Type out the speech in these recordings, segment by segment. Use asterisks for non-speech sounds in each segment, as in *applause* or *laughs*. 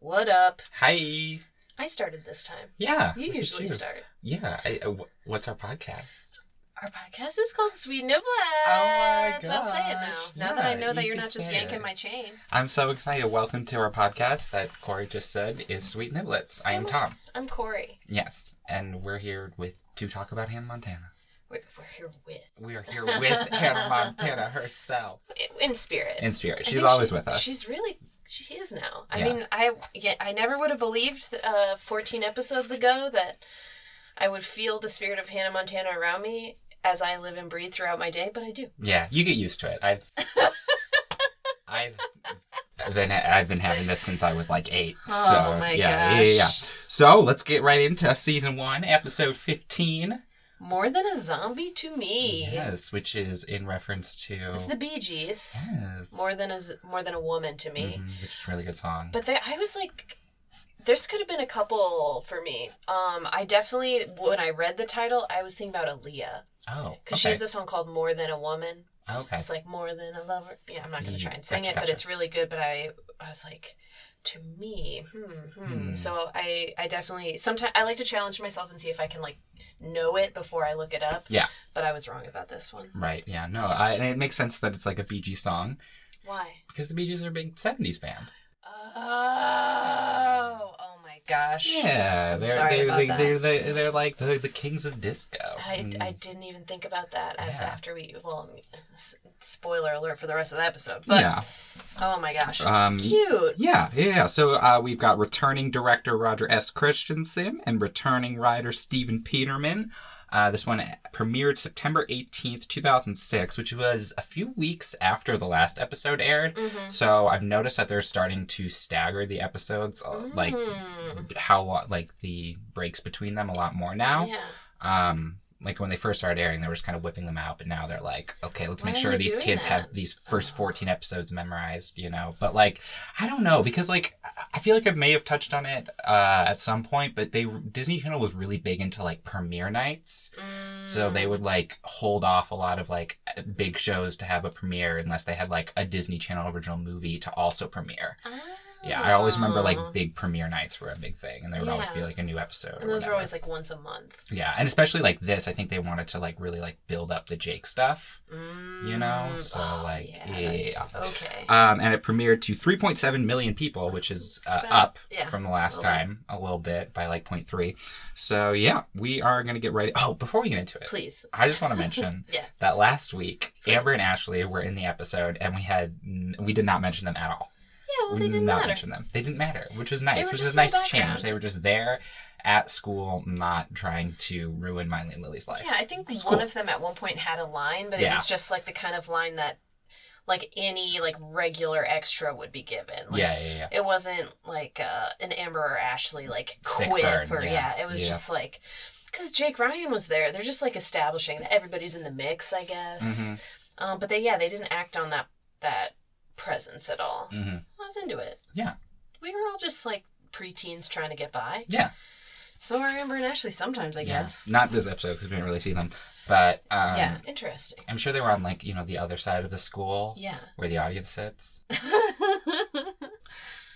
What up? Hi. I started this time. Yeah. You look at usually Ah, you. start. Yeah. I, uh, wh- what's our podcast? Our podcast is called Sweet No Oh my Bloods. I'll say it now. gosh. Now that I Yeah, know that you you're can not just say yanking it. my chain. I'm so excited. Welcome to our podcast that Corey just said is Sweet Niblets. I am Tom. I'm Corey. Yes. And we're here with to talk about Hannah Montana. We're, we're here with We are *laughs* here with Hannah Montana herself. in spirit. In spirit. I She's think always she- with us. She's really she is now. I Yeah. mean, I yeah, I never would have believed uh, 14 episodes ago that I would feel the spirit of Hannah Montana around me as I live and breathe throughout my day, but I do. Yeah, you get used to it. *laughs* I've I've been I've been having this since I was like eight. Oh so my yeah, gosh. yeah, yeah. So let's get right into season one, episode fifteen. More than a zombie to me. Yes, which is in reference to It's the Bee Gees. yes, more than a z- more than a woman to me. Mhm, which is a really good song. But there, I was like, there's could have been a couple for me. Um, I definitely when I read the title, I was thinking about Aaliyah oh, because she okay. has a song called "More Than a Woman." okay. It's like more than a lover. Yeah, I'm not gonna Mm, try and sing gotcha, it, but gotcha. it's really good. But I, I was like. To me, hmm, hmm. Hmm. so I, I definitely sometimes I like to challenge myself and see if I can like know it before I look it up. Yeah. but I was wrong about this one. Right. Yeah. No. I, and it makes sense that it's like a Bee Gees song Why? because the Bee Gees are a big '70s band. Oh, oh my gosh! Yeah. They're sorry they're about they, that. they're, they're they're like the the kings of disco. I, Mm. I didn't even think about that as Yeah. after we well s- spoiler alert for the rest of the episode but yeah. oh my gosh Um, cute Yeah, yeah. yeah. So uh, we've got returning director Roger S. Christensen and returning writer Steven Peterman. Uh, this one premiered September 18th, 2006, which was a few weeks after the last episode aired. So I've noticed that they're starting to stagger the episodes, uh, like Mm. how lo- like the breaks between them a lot more now. yeah Um, like when they first started airing, they were just kind of whipping them out, but now they're like, okay, let's Why make are sure they these doing kids that? Oh. have these first 14 episodes memorized, you know? But like, I don't know, because like, I- I feel like I may have touched on it uh, at some point, but they Disney Channel was really big into like premiere nights. Mm. So they would like hold off a lot of like big shows to have a premiere unless they had like a Disney Channel original movie to also premiere. Yeah, I always remember like Oh. big premiere nights were a big thing, and there would always Yeah. be like a new episode. or and those whatever. were always like once a month Yeah, and especially like this, I think they wanted to like really like build up the Jake stuff, you know. Mm. So Oh, like, yeah. yeah, that's- okay Um, and it premiered to 3.7 million people, which is uh, About- up yeah, from the last a little time a little bit by like 0.3. So yeah, we are gonna get right. Oh, before we get into it, please I just want to mention *laughs* Yeah. that last week Yeah. Amber and Ashley were in the episode, and we had n- we did not mention them at all. yeah well we they did didn't not matter mention them. They didn't matter, which was nice, were which just was a in the nice change. background. They were just there at school, not trying to ruin Miley and Lily's life. yeah I think It's one cool. of them at one point had a line but it Yeah. was just like the kind of line that like any like regular extra would be given like, yeah, yeah, yeah. it wasn't like uh, an Amber or Ashley like Sick quip burn, or yeah. yeah. it was Yeah. just like because Jake Ryan was there. They're just like establishing that everybody's in the mix, I guess. Mhm, Um, but they yeah, they didn't act on that that presence at all. mhm. I was into it. Yeah. we were all just like preteens trying to get by. Yeah, So are Amber and Ashley sometimes, I yeah. guess. Not this episode because we didn't really see them, but um, yeah, interesting. I'm sure they were on like you know the other side of the school Yeah. where the audience sits.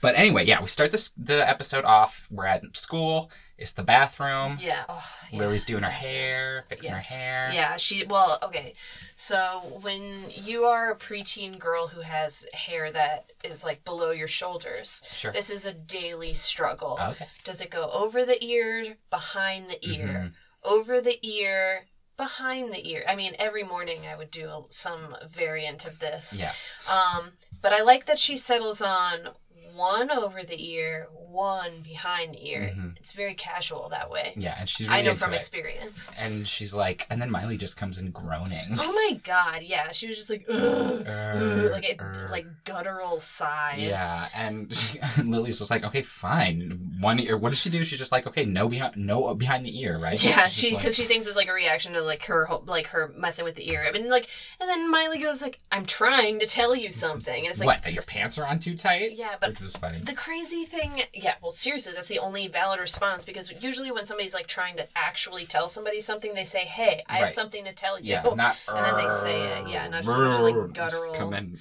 But anyway, yeah, we start this the episode off. We're at school. It's the bathroom. *laughs* yeah. Oh, yeah. Lily's doing her hair, fixing Yes. her hair. Yeah, she well, okay. So when you are a preteen girl who has hair that is like below your shoulders, Sure. Oh. this is a daily struggle. Okay. Does it go over the ear, behind the Mm-hmm. ear, over the ear, behind the ear? I mean, every morning I would do a- some variant of this. Yeah. Um, but I like that she settles on one over the ear, one behind the ear. Mhm. It's very casual that way. Yeah, and she's really I know into from it. experience. And she's like, and then Miley just comes in groaning. *laughs* Oh my god, yeah. She was just like, ugh, Err, ugh," like it, err. like guttural sighs. Yeah, and *laughs* Lily's just like, okay, fine. One ear. What does she do? She's just like, okay, no behind, no uh, behind the ear, right? Yeah, She's she just because she thinks it's like a reaction to like her whole, like her messing with the ear, and like, and then Miley goes like, "I'm trying to tell you something," and it's like, like, what? That your pants are on too tight? yeah, but which was funny. The crazy thing, yeah, well, seriously, that's the only valid response because usually when somebody's like trying to actually tell somebody something, they say, "Hey, I have Right. something to tell you," Yeah, *laughs* not. and then they say it. Yeah, not just a bunch of, like Just come guttural in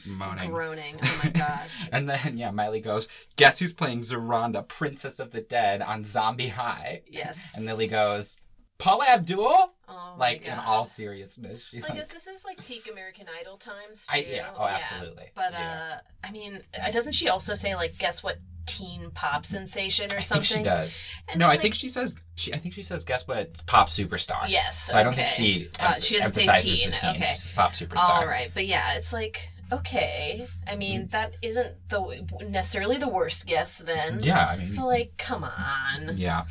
*laughs* moaning. groaning. Oh my *laughs* gosh. And then yeah, Miley goes, "Guess who's playing Zoronda, Princess of the Dead, on Zombie High?" Yes. And Lily goes, "Paula Abdul." Oh my like in God. all seriousness, she's Like, like, is this is like peak American Idol times too. I- yeah. Oh, absolutely. But Yeah. uh, I mean, uh, doesn't she also say like, guess what, teen pop sensation or something? I think she does. And no, I it's think she says. She, I think she says. Guess what? Pop superstar. Yes. So I don't think okay. she, Uh, em- she doesn't say emphasizes teen, the teen. okay. She says pop superstar. All right, but yeah, it's like okay. I mean, Mm-hmm. that isn't the necessarily the worst guess then. Yeah. I mean. But like, come on. *laughs* Yeah.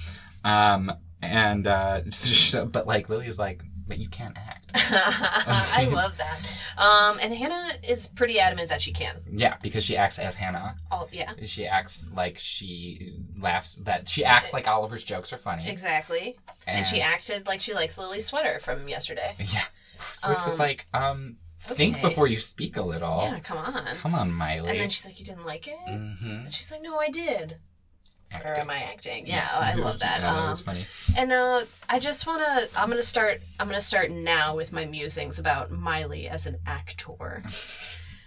Um. And uh. *laughs* So, but like Lily is like, but you can't act. I *laughs* love that. Um, and Hannah is pretty adamant that she can. yeah, because she acts as Hannah. All yeah, She acts like she laughs. That she acts like Oliver's jokes are funny. exactly. And, she acted like she likes Lily's sweater from yesterday. *laughs* Yeah. Which was Um, like, um, think okay. before you speak a little. Yeah, come on. Come on, Miley. And then she's like, "You didn't like it," mm-hmm. and she's like, "No, I did." Or am I acting? Yeah, oh, I love that. Mm-hmm. Yeah, that um, *laughs* was funny. And uh, I just wanna. I'm gonna start. I'm gonna start now with my musings about Miley as an actor.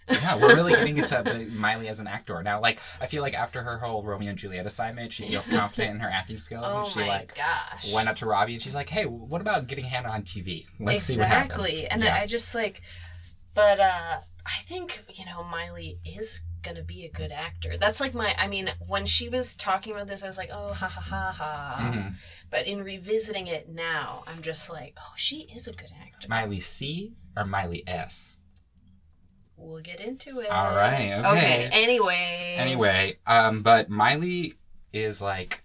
Yeah, we're really getting into the Miley as an actor now. Like, I feel like after her whole Romeo and Juliet assignment, she feels confident in her acting skills, Oh and she my like gosh! went up to Robbie and she's like, "Hey, what about getting Hannah on TV? Let's see what happens." exactly. and yeah. I just like, but uh, I think you know Miley is gonna be a good actor. That's like my. I mean, when she was talking about this, I was like, oh ha ha ha ha. Mhm. But in revisiting it now, I'm just like, oh, she is a good actor. Miley C or Miley S. We'll get into it. All right. Okay. Anyway. Anyway, um, but Miley is like,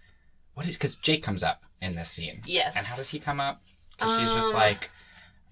what is? Because Jake comes up in this scene, Yes. and how does he come up? Because she's just Um. like,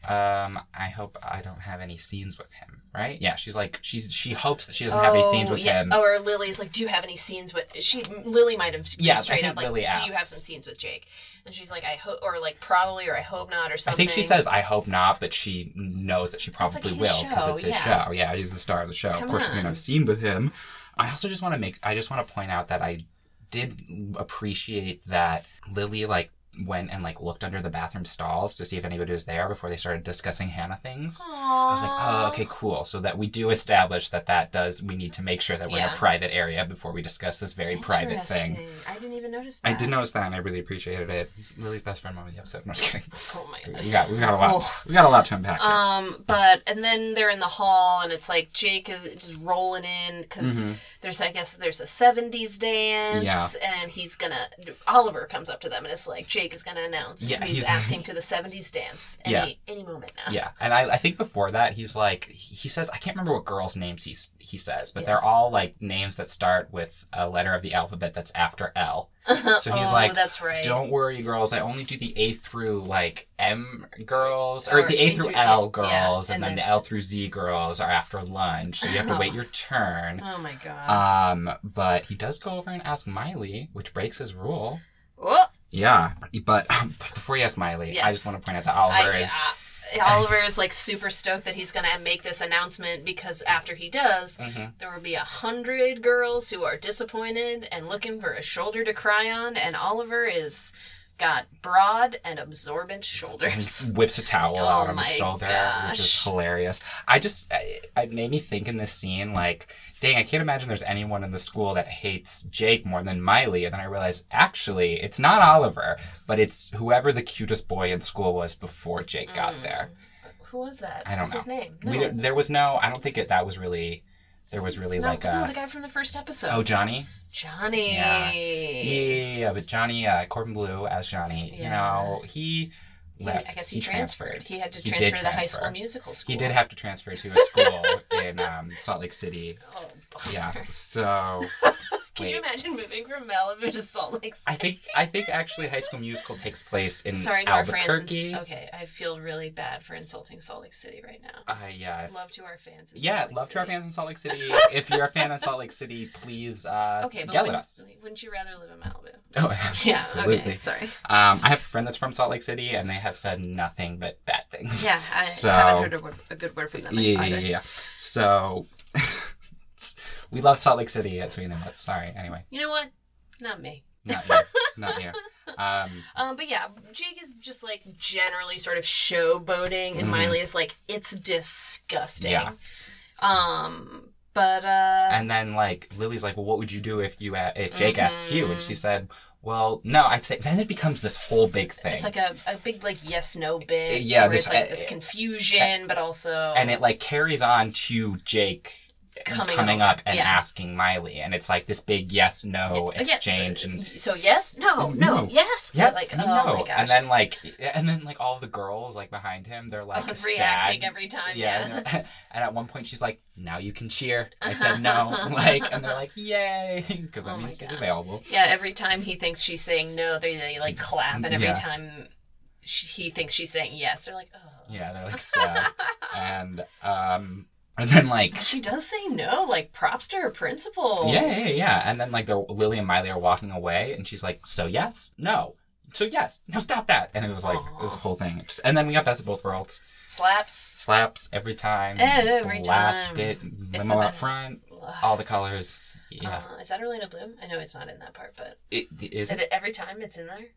um, I hope I don't have any scenes with him, right? Yeah, she's like, she's she hopes that she doesn't have any scenes with yeah. him. Oh, or Lily's like, do you have any scenes with? She Lily might have Yeah, I straight think up like, Lily do you have asks. some scenes with Jake? And she's like, I hope, or like probably, or I hope not, or I something. think she says, "I hope not," but she knows that she like probably his will because show, it's his yeah. show. Yeah, he's the star of the show. Come of course, she's on. gonna have a scene with him. I also just want to make. I just want to point out that I did appreciate that Lily like went and like looked under the bathroom stalls to see if anybody was there before they started discussing Hannah things. I was like, oh, okay, cool. So that we do establish that that does, we need to make sure that we're in Yeah. a private area before we discuss this very private thing. Interesting. I didn't even notice. that. I did notice that and I really appreciated it. Lily's best friend moment of the episode. No, I'm just kidding. Oh my We god. got we got a lot Oh. we got a lot to unpack. here. Um, but and then they're in the hall, and it's like Jake is just rolling in because Mm-hmm. there's, I guess, there's a '70s dance, Yeah. and he's gonna. Oliver comes up to them, and it's like Jake is gonna announce. Yeah, he's, he's- *laughs* asking to the '70s dance any Yeah. any moment now. yeah, and I, I think before that he's like he says I can't remember what girls' names he s- he says, but Yeah. they're all like names that start with a letter of the alphabet that's after L. So *laughs* he's oh, like, that's right. Don't worry, girls. I only do the A through like M girls, or, Or the A, A through through L A, girls, yeah, and, and then, then- the L through Z girls are after lunch. So you have to *laughs* wait your turn. Oh my god. Um, but he does go over and ask Miley, which breaks his rule. oh, Yeah, but *laughs* um, before he asks Miley, I Yes. just want to point out that Oliver I, is. uh, Oliver is like super stoked that he's gonna make this announcement because after he does, Mhm. there will be a hundred girls who are disappointed and looking for a shoulder to cry on, and Oliver is got broad and absorbent shoulders. whips a towel Oh out on his my shoulder, which is gosh. hilarious. I just, I, it made me think in this scene, like, dang, I can't imagine there's anyone in the school that hates Jake more than Miley. And then I realized, actually, it's not Oliver, but it's whoever the cutest boy in school was before Jake *laughs* got there. Who was that? I don't What's his name? Mm. No, We, don't- there was no, I don't think it, that was really, there was really no, like no, the a, guy from the first episode. oh, Johnny? Johnny. Yeah. Yeah, yeah, yeah, yeah, but Johnny, uh, Corbin Blue as Johnny, Yeah. you know, he He- left. I guess he, transferred. He had to He did transfer to the high transfer. school musical school. He did have to transfer to a school *laughs* in um, Salt Lake City. Oh, bummer. Yeah. So *laughs* Can you wait. imagine moving from Malibu to Salt Lake I City? think I think actually High School Musical takes place in Sorry to our fans. Albuquerque. in- okay, I feel really bad for insulting Salt Lake City right now. Uh, yeah. Love to our fans. In Yeah, Salt Lake love to our City. fans in Salt *laughs* Lake City. if you're a fan in Salt Lake City, please uh, Okay, but yell wouldn't, *laughs* at us. wouldn't you rather live in *laughs* Malibu? Oh, Yeah. absolutely. Okay. Sorry. Um, I have a friend that's from Salt Lake City, and they have said nothing but bad *laughs* things. Yeah, I So- haven't heard a, word, a good word from them. Yeah, yeah, either. yeah, yeah. So, *laughs* We love Salt Lake City at Sweet and Lutz. Sorry. Anyway, You know what? Not me. not here. not *laughs* here. Um, Um, but yeah, Jake is just like generally sort of showboating, and Mhm. Miley is like, it's disgusting. Yeah. Um, but uh, and then like Lily's like, well, what would you do if you a- if Jake Mm-hmm. asks you? And she said, well, no, I'd say. Then it becomes this whole big thing. it's like a, a big like yes no bit. Yeah, where this- it's like uh, this confusion, but also and it like carries on to Jake coming, Coming up, up, and yeah. asking Miley, and it's like this big yes no Yeah, exchange, and Oh, so yes, no, no, No. yes, yes, like and oh no, my gosh, and then like, and then like all the girls like behind him, they're like *laughs* reacting sad. every time. yeah, and they're- *laughs* and at one point she's like, "Now you can cheer." I said no, *laughs* like, and they're like, "Yay!" *laughs* because that Uh-huh. Oh my means he's God. available. *laughs* Yeah, every time he thinks she's saying no, they, they like clap, and every Yeah. time she, he thinks she's saying yes, they're like, oh. Yeah, they're *laughs* like sad, and um, and then like, She does say no, like props to her principal. yeah, yeah, yeah, and then like, the Lily and Miley are walking away, and she's like, "So yes, no." So yes, no, stop that, and it was like Aw. this whole thing, Just- and then we got best of both worlds, Slaps. slaps every time, Every blast time. it, the limo out best. front, Ugh. all the colors, yeah, Uh, is that Orlando Bloom? I know it's not in that part, but it, it is, is it every time it's in there?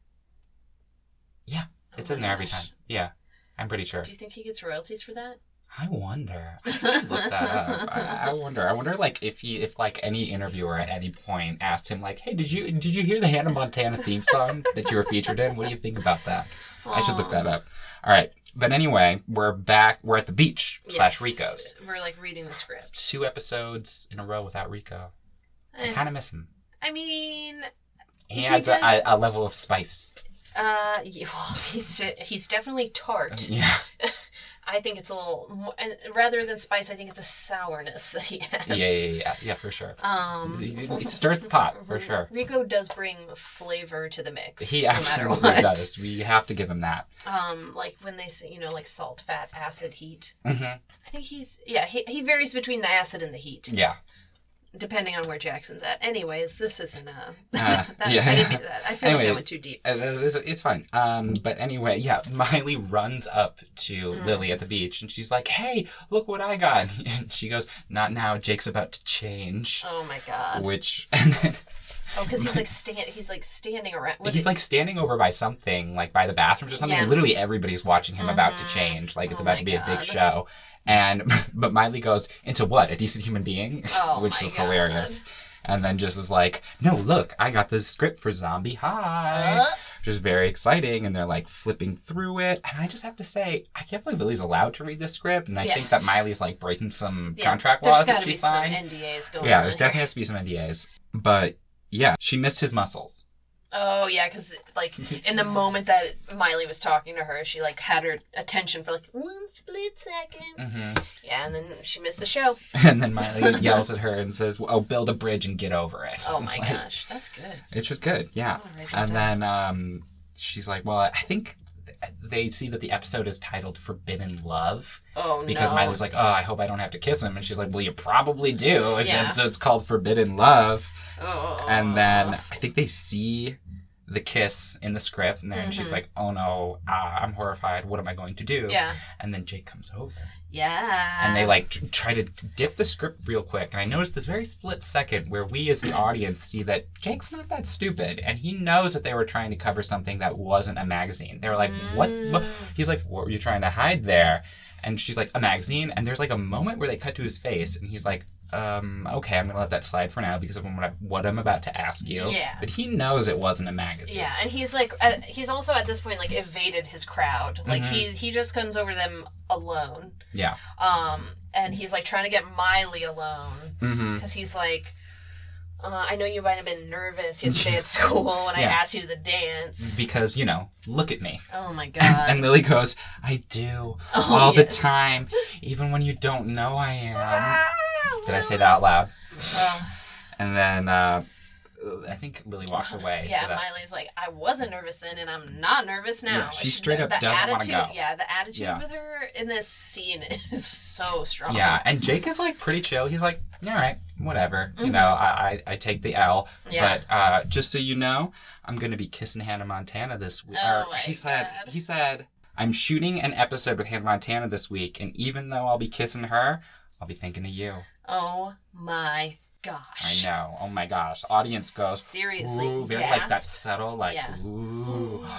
Yeah, Oh it's my in there every time, gosh. yeah, I'm pretty sure. Do you think he gets royalties for that? I wonder. I should look *laughs* that up. I, I wonder. I wonder, like, if he, if like any interviewer at any point asked him, like, "Hey, did you did you hear the Hannah Montana theme song that you were featured in? What do you think about that?" I should look Aw. that up. All right, but anyway, we're back. We're at the beach slash Yes. Rico's. We're like reading the script. Two episodes in a row without Rico. I Eh, kind of miss him. I mean, He, He adds a, does- a, a level *laughs* of spice. uh, yeah, well, he's he's definitely tart. Uh, Yeah, I think it's a little, mo- and rather than spice, I think it's a sourness that he has. yeah, yeah, yeah, yeah, for sure. Um, It it stirs the pot for sure. Rico does bring flavor to the mix. He no matter absolutely what. does. We have to give him that. Um, like when they say, you know, like salt, fat, acid, heat. hmm I think he's yeah. He, he varies between the acid and the heat Yeah. depending on where Jackson's at. Anyways, this isn't a. Uh, *laughs* that, yeah. I *laughs* didn't mean that. I feel like Anyway. I went too deep. Uh, it's, it's fine. Um, but anyway, yeah, *laughs* Miley runs up to Mm. Lily at the beach and she's like, hey, look what I got. *laughs* And she goes, not now, Jake's about to change. Oh my god. Which, *laughs* and then Oh, because he's like stand. He's like standing around. What he's like. like standing over by something, like by the bathrooms or something. Yeah. And literally everybody's watching him about to change. Like it's Oh about my to be a big God. show. And, *laughs* but Miley goes, into what? A decent human being? *laughs* Oh Which my was God. hilarious. And then just is like, no, look, I got this script for Zombie High. Uh, just very exciting and they're like flipping through it and i just have to say i can't believe lily's allowed to read this script and i Yeah. think that miley's like breaking some yeah, contract there's laws that gotta she be some signed NDAs going yeah on there's here. definitely has to be some ndas but yeah she missed his muscles Oh yeah, because like in the moment that Miley was talking to her, she like had her attention for like one split second. hmm Yeah, and then she missed the show. *laughs* and *laughs* then miley yells at her and says oh build a bridge and get over it Oh my *laughs* Oh, Like, gosh, that's good. It's just good, yeah. I'm gonna write that And then um, she's like, "Well, I think th- they see that the episode is titled Forbidden Love Oh because no. Miley's like, "Oh, I hope I don't have to kiss him," and she's like, "Well, you probably do if Yeah. the episode's called Forbidden Love." oh. And then I think they see the kiss in the script, and, there, and she's Mhm. like, "Oh no, ah, I'm horrified. What am I going to do?" yeah, And then Jake comes over, yeah, and they like tr- try to dip the script real quick. And I noticed this very split second where we, as the audience, see that Jake's not that stupid, and he knows that they were trying to cover something that wasn't a magazine. They were like, "What?" Mm. Look. He's like, "What were you trying to hide there?" And she's like, "A magazine." And there's like a moment where they cut to his face, and he's like. Um, okay, I'm gonna let that slide for now because of what I- what I'm about to ask you. Yeah. But he knows it wasn't a magazine. Yeah, and he's like, uh, he's also at this point like evaded his crowd. Like Mm-hmm. he he just comes over them alone. Yeah. Um, and he's like trying to get Miley alone Mm-hmm. because he's like, uh, I know you might have been nervous yesterday at *laughs* school when I Yeah. asked you to dance. Because, you know, look at me. oh my god. *laughs* And Lily goes, I do *laughs* Oh, all yes. the time, even when you don't know I am. Ah, um, Did I say that out loud? well, And then uh, I think Lily walks away. yeah, so that, Miley's like, I wasn't nervous then, and I'm not nervous now. Yeah, she I- straight the- up the doesn't wanna attitude- go. Yeah, the attitude Yeah. with her in this scene *laughs* is so strong. yeah, and Jake is like pretty chill. He's like, all right, whatever. You know, I, I, I take the L. Mm-hmm. Yeah. But uh, just so you know, I'm going to be kissing Hannah Montana this week. Oh my he said, God. he said, I'm shooting an episode with Hannah Montana this week, and even though I'll be kissing her, I'll be thinking of you. Oh my gosh. I know. Oh my gosh. Audience goes, Seriously. ooh, very like that gasp. subtle, like, Yeah. ooh. *gasps*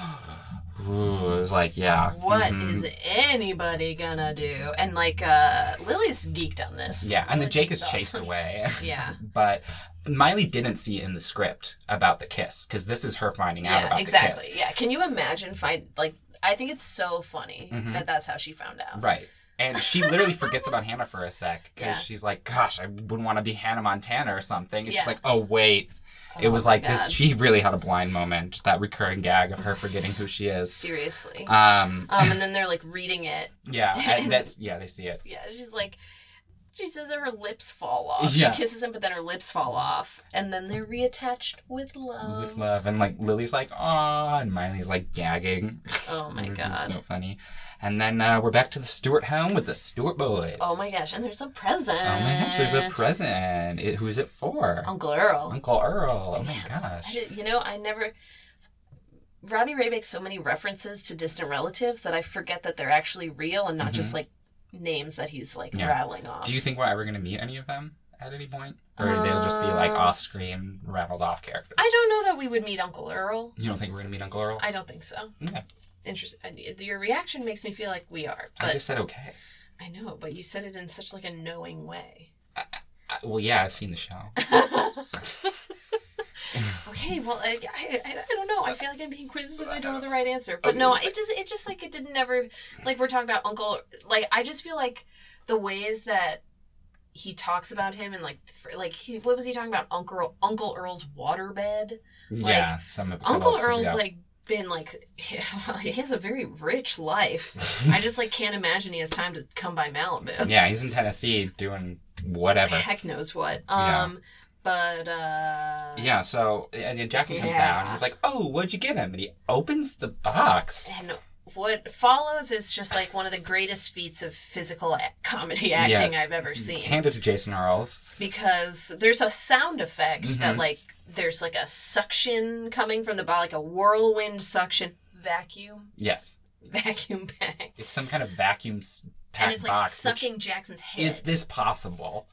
Ooh. It was like, yeah. What mhm. is anybody gonna do? And like uh Lily's geeked on this. Yeah, and then Which Jake is chased awesome. away. *laughs* Yeah. but Miley didn't see in the script about the kiss because this is her finding out Yeah, about the exactly. kiss. Yeah. Can you imagine find like I think it's so funny Mhm. that that's how she found out. Right. And she literally forgets about Hannah for a sec because Yeah. she's like, gosh, I wouldn't want to be Hannah Montana or something. And Yeah. she's like, oh, wait. Oh it was my like this. God. She really had a blind moment, just that recurring gag of her forgetting who *laughs* she is. Seriously. Um, um *laughs* and then they're like reading it. yeah, *laughs* and that's, yeah, they see it. Yeah, she's like she says that her lips fall off. Yeah. She kisses him, but then her lips fall off, and then they're reattached with love. With love. And like Lily's like, aw, and Miley's like gagging. Oh my *laughs* which is god. Mm-hmm. so funny. And then uh, we're back to the Stewart home with the Stewart boys. Oh my gosh! And there's a present. Oh, Oh my gosh, there's a present. It, who's it for? Uncle Earl. Uncle Earl. Oh my I gosh. did- you know, I never. Robbie Ray makes so many references to distant relatives that I forget that they're actually real and not just like names that he's like Mm-hmm. Yeah. rattling off. Do you think we're ever going to meet any of them at any point? Or they'll just be like Uh, off screen, rattled off characters? I don't know that we would meet Uncle Earl. you don't think we're going to meet Uncle Earl? I don't think so. Okay. Interesting. I- Your reaction makes me feel like we are, I but just said okay. I know. But you said it in such like a knowing way. I, Uh, well, yeah, I've seen the show. *laughs* okay, well, I, I, I I don't know. I feel like I'm being quizzed if I don't know the right answer. But no, it just it just like it didn't ever like we're talking about Uncle. Like I just feel like the ways that he talks about him and like for, like he, what was he talking about Uncle Uncle Earl's waterbed? yeah, some of a couple Uncle episodes Earl's ago. like been like *laughs* well, he has a very rich life. I just like can't imagine he has time to come by Malibu. yeah, he's in Tennessee doing whatever. Heck knows what. Yeah. Um, but uh, Yeah, so and then Jackson comes Yeah. out and he's like, "Oh, what'd you get him?" And he opens the box. And what follows is just like one of the greatest feats of physical a- comedy acting Yes. I've ever seen. Hand it to Jason Earls. Because there's a sound effect that, Mhm. like, there's like a suction coming from the bottom, like a whirlwind suction vacuum, *laughs* Yes, vacuum bag. it's some kind of vacuum And packed it's like box. which- sucking Jackson's head. is this possible?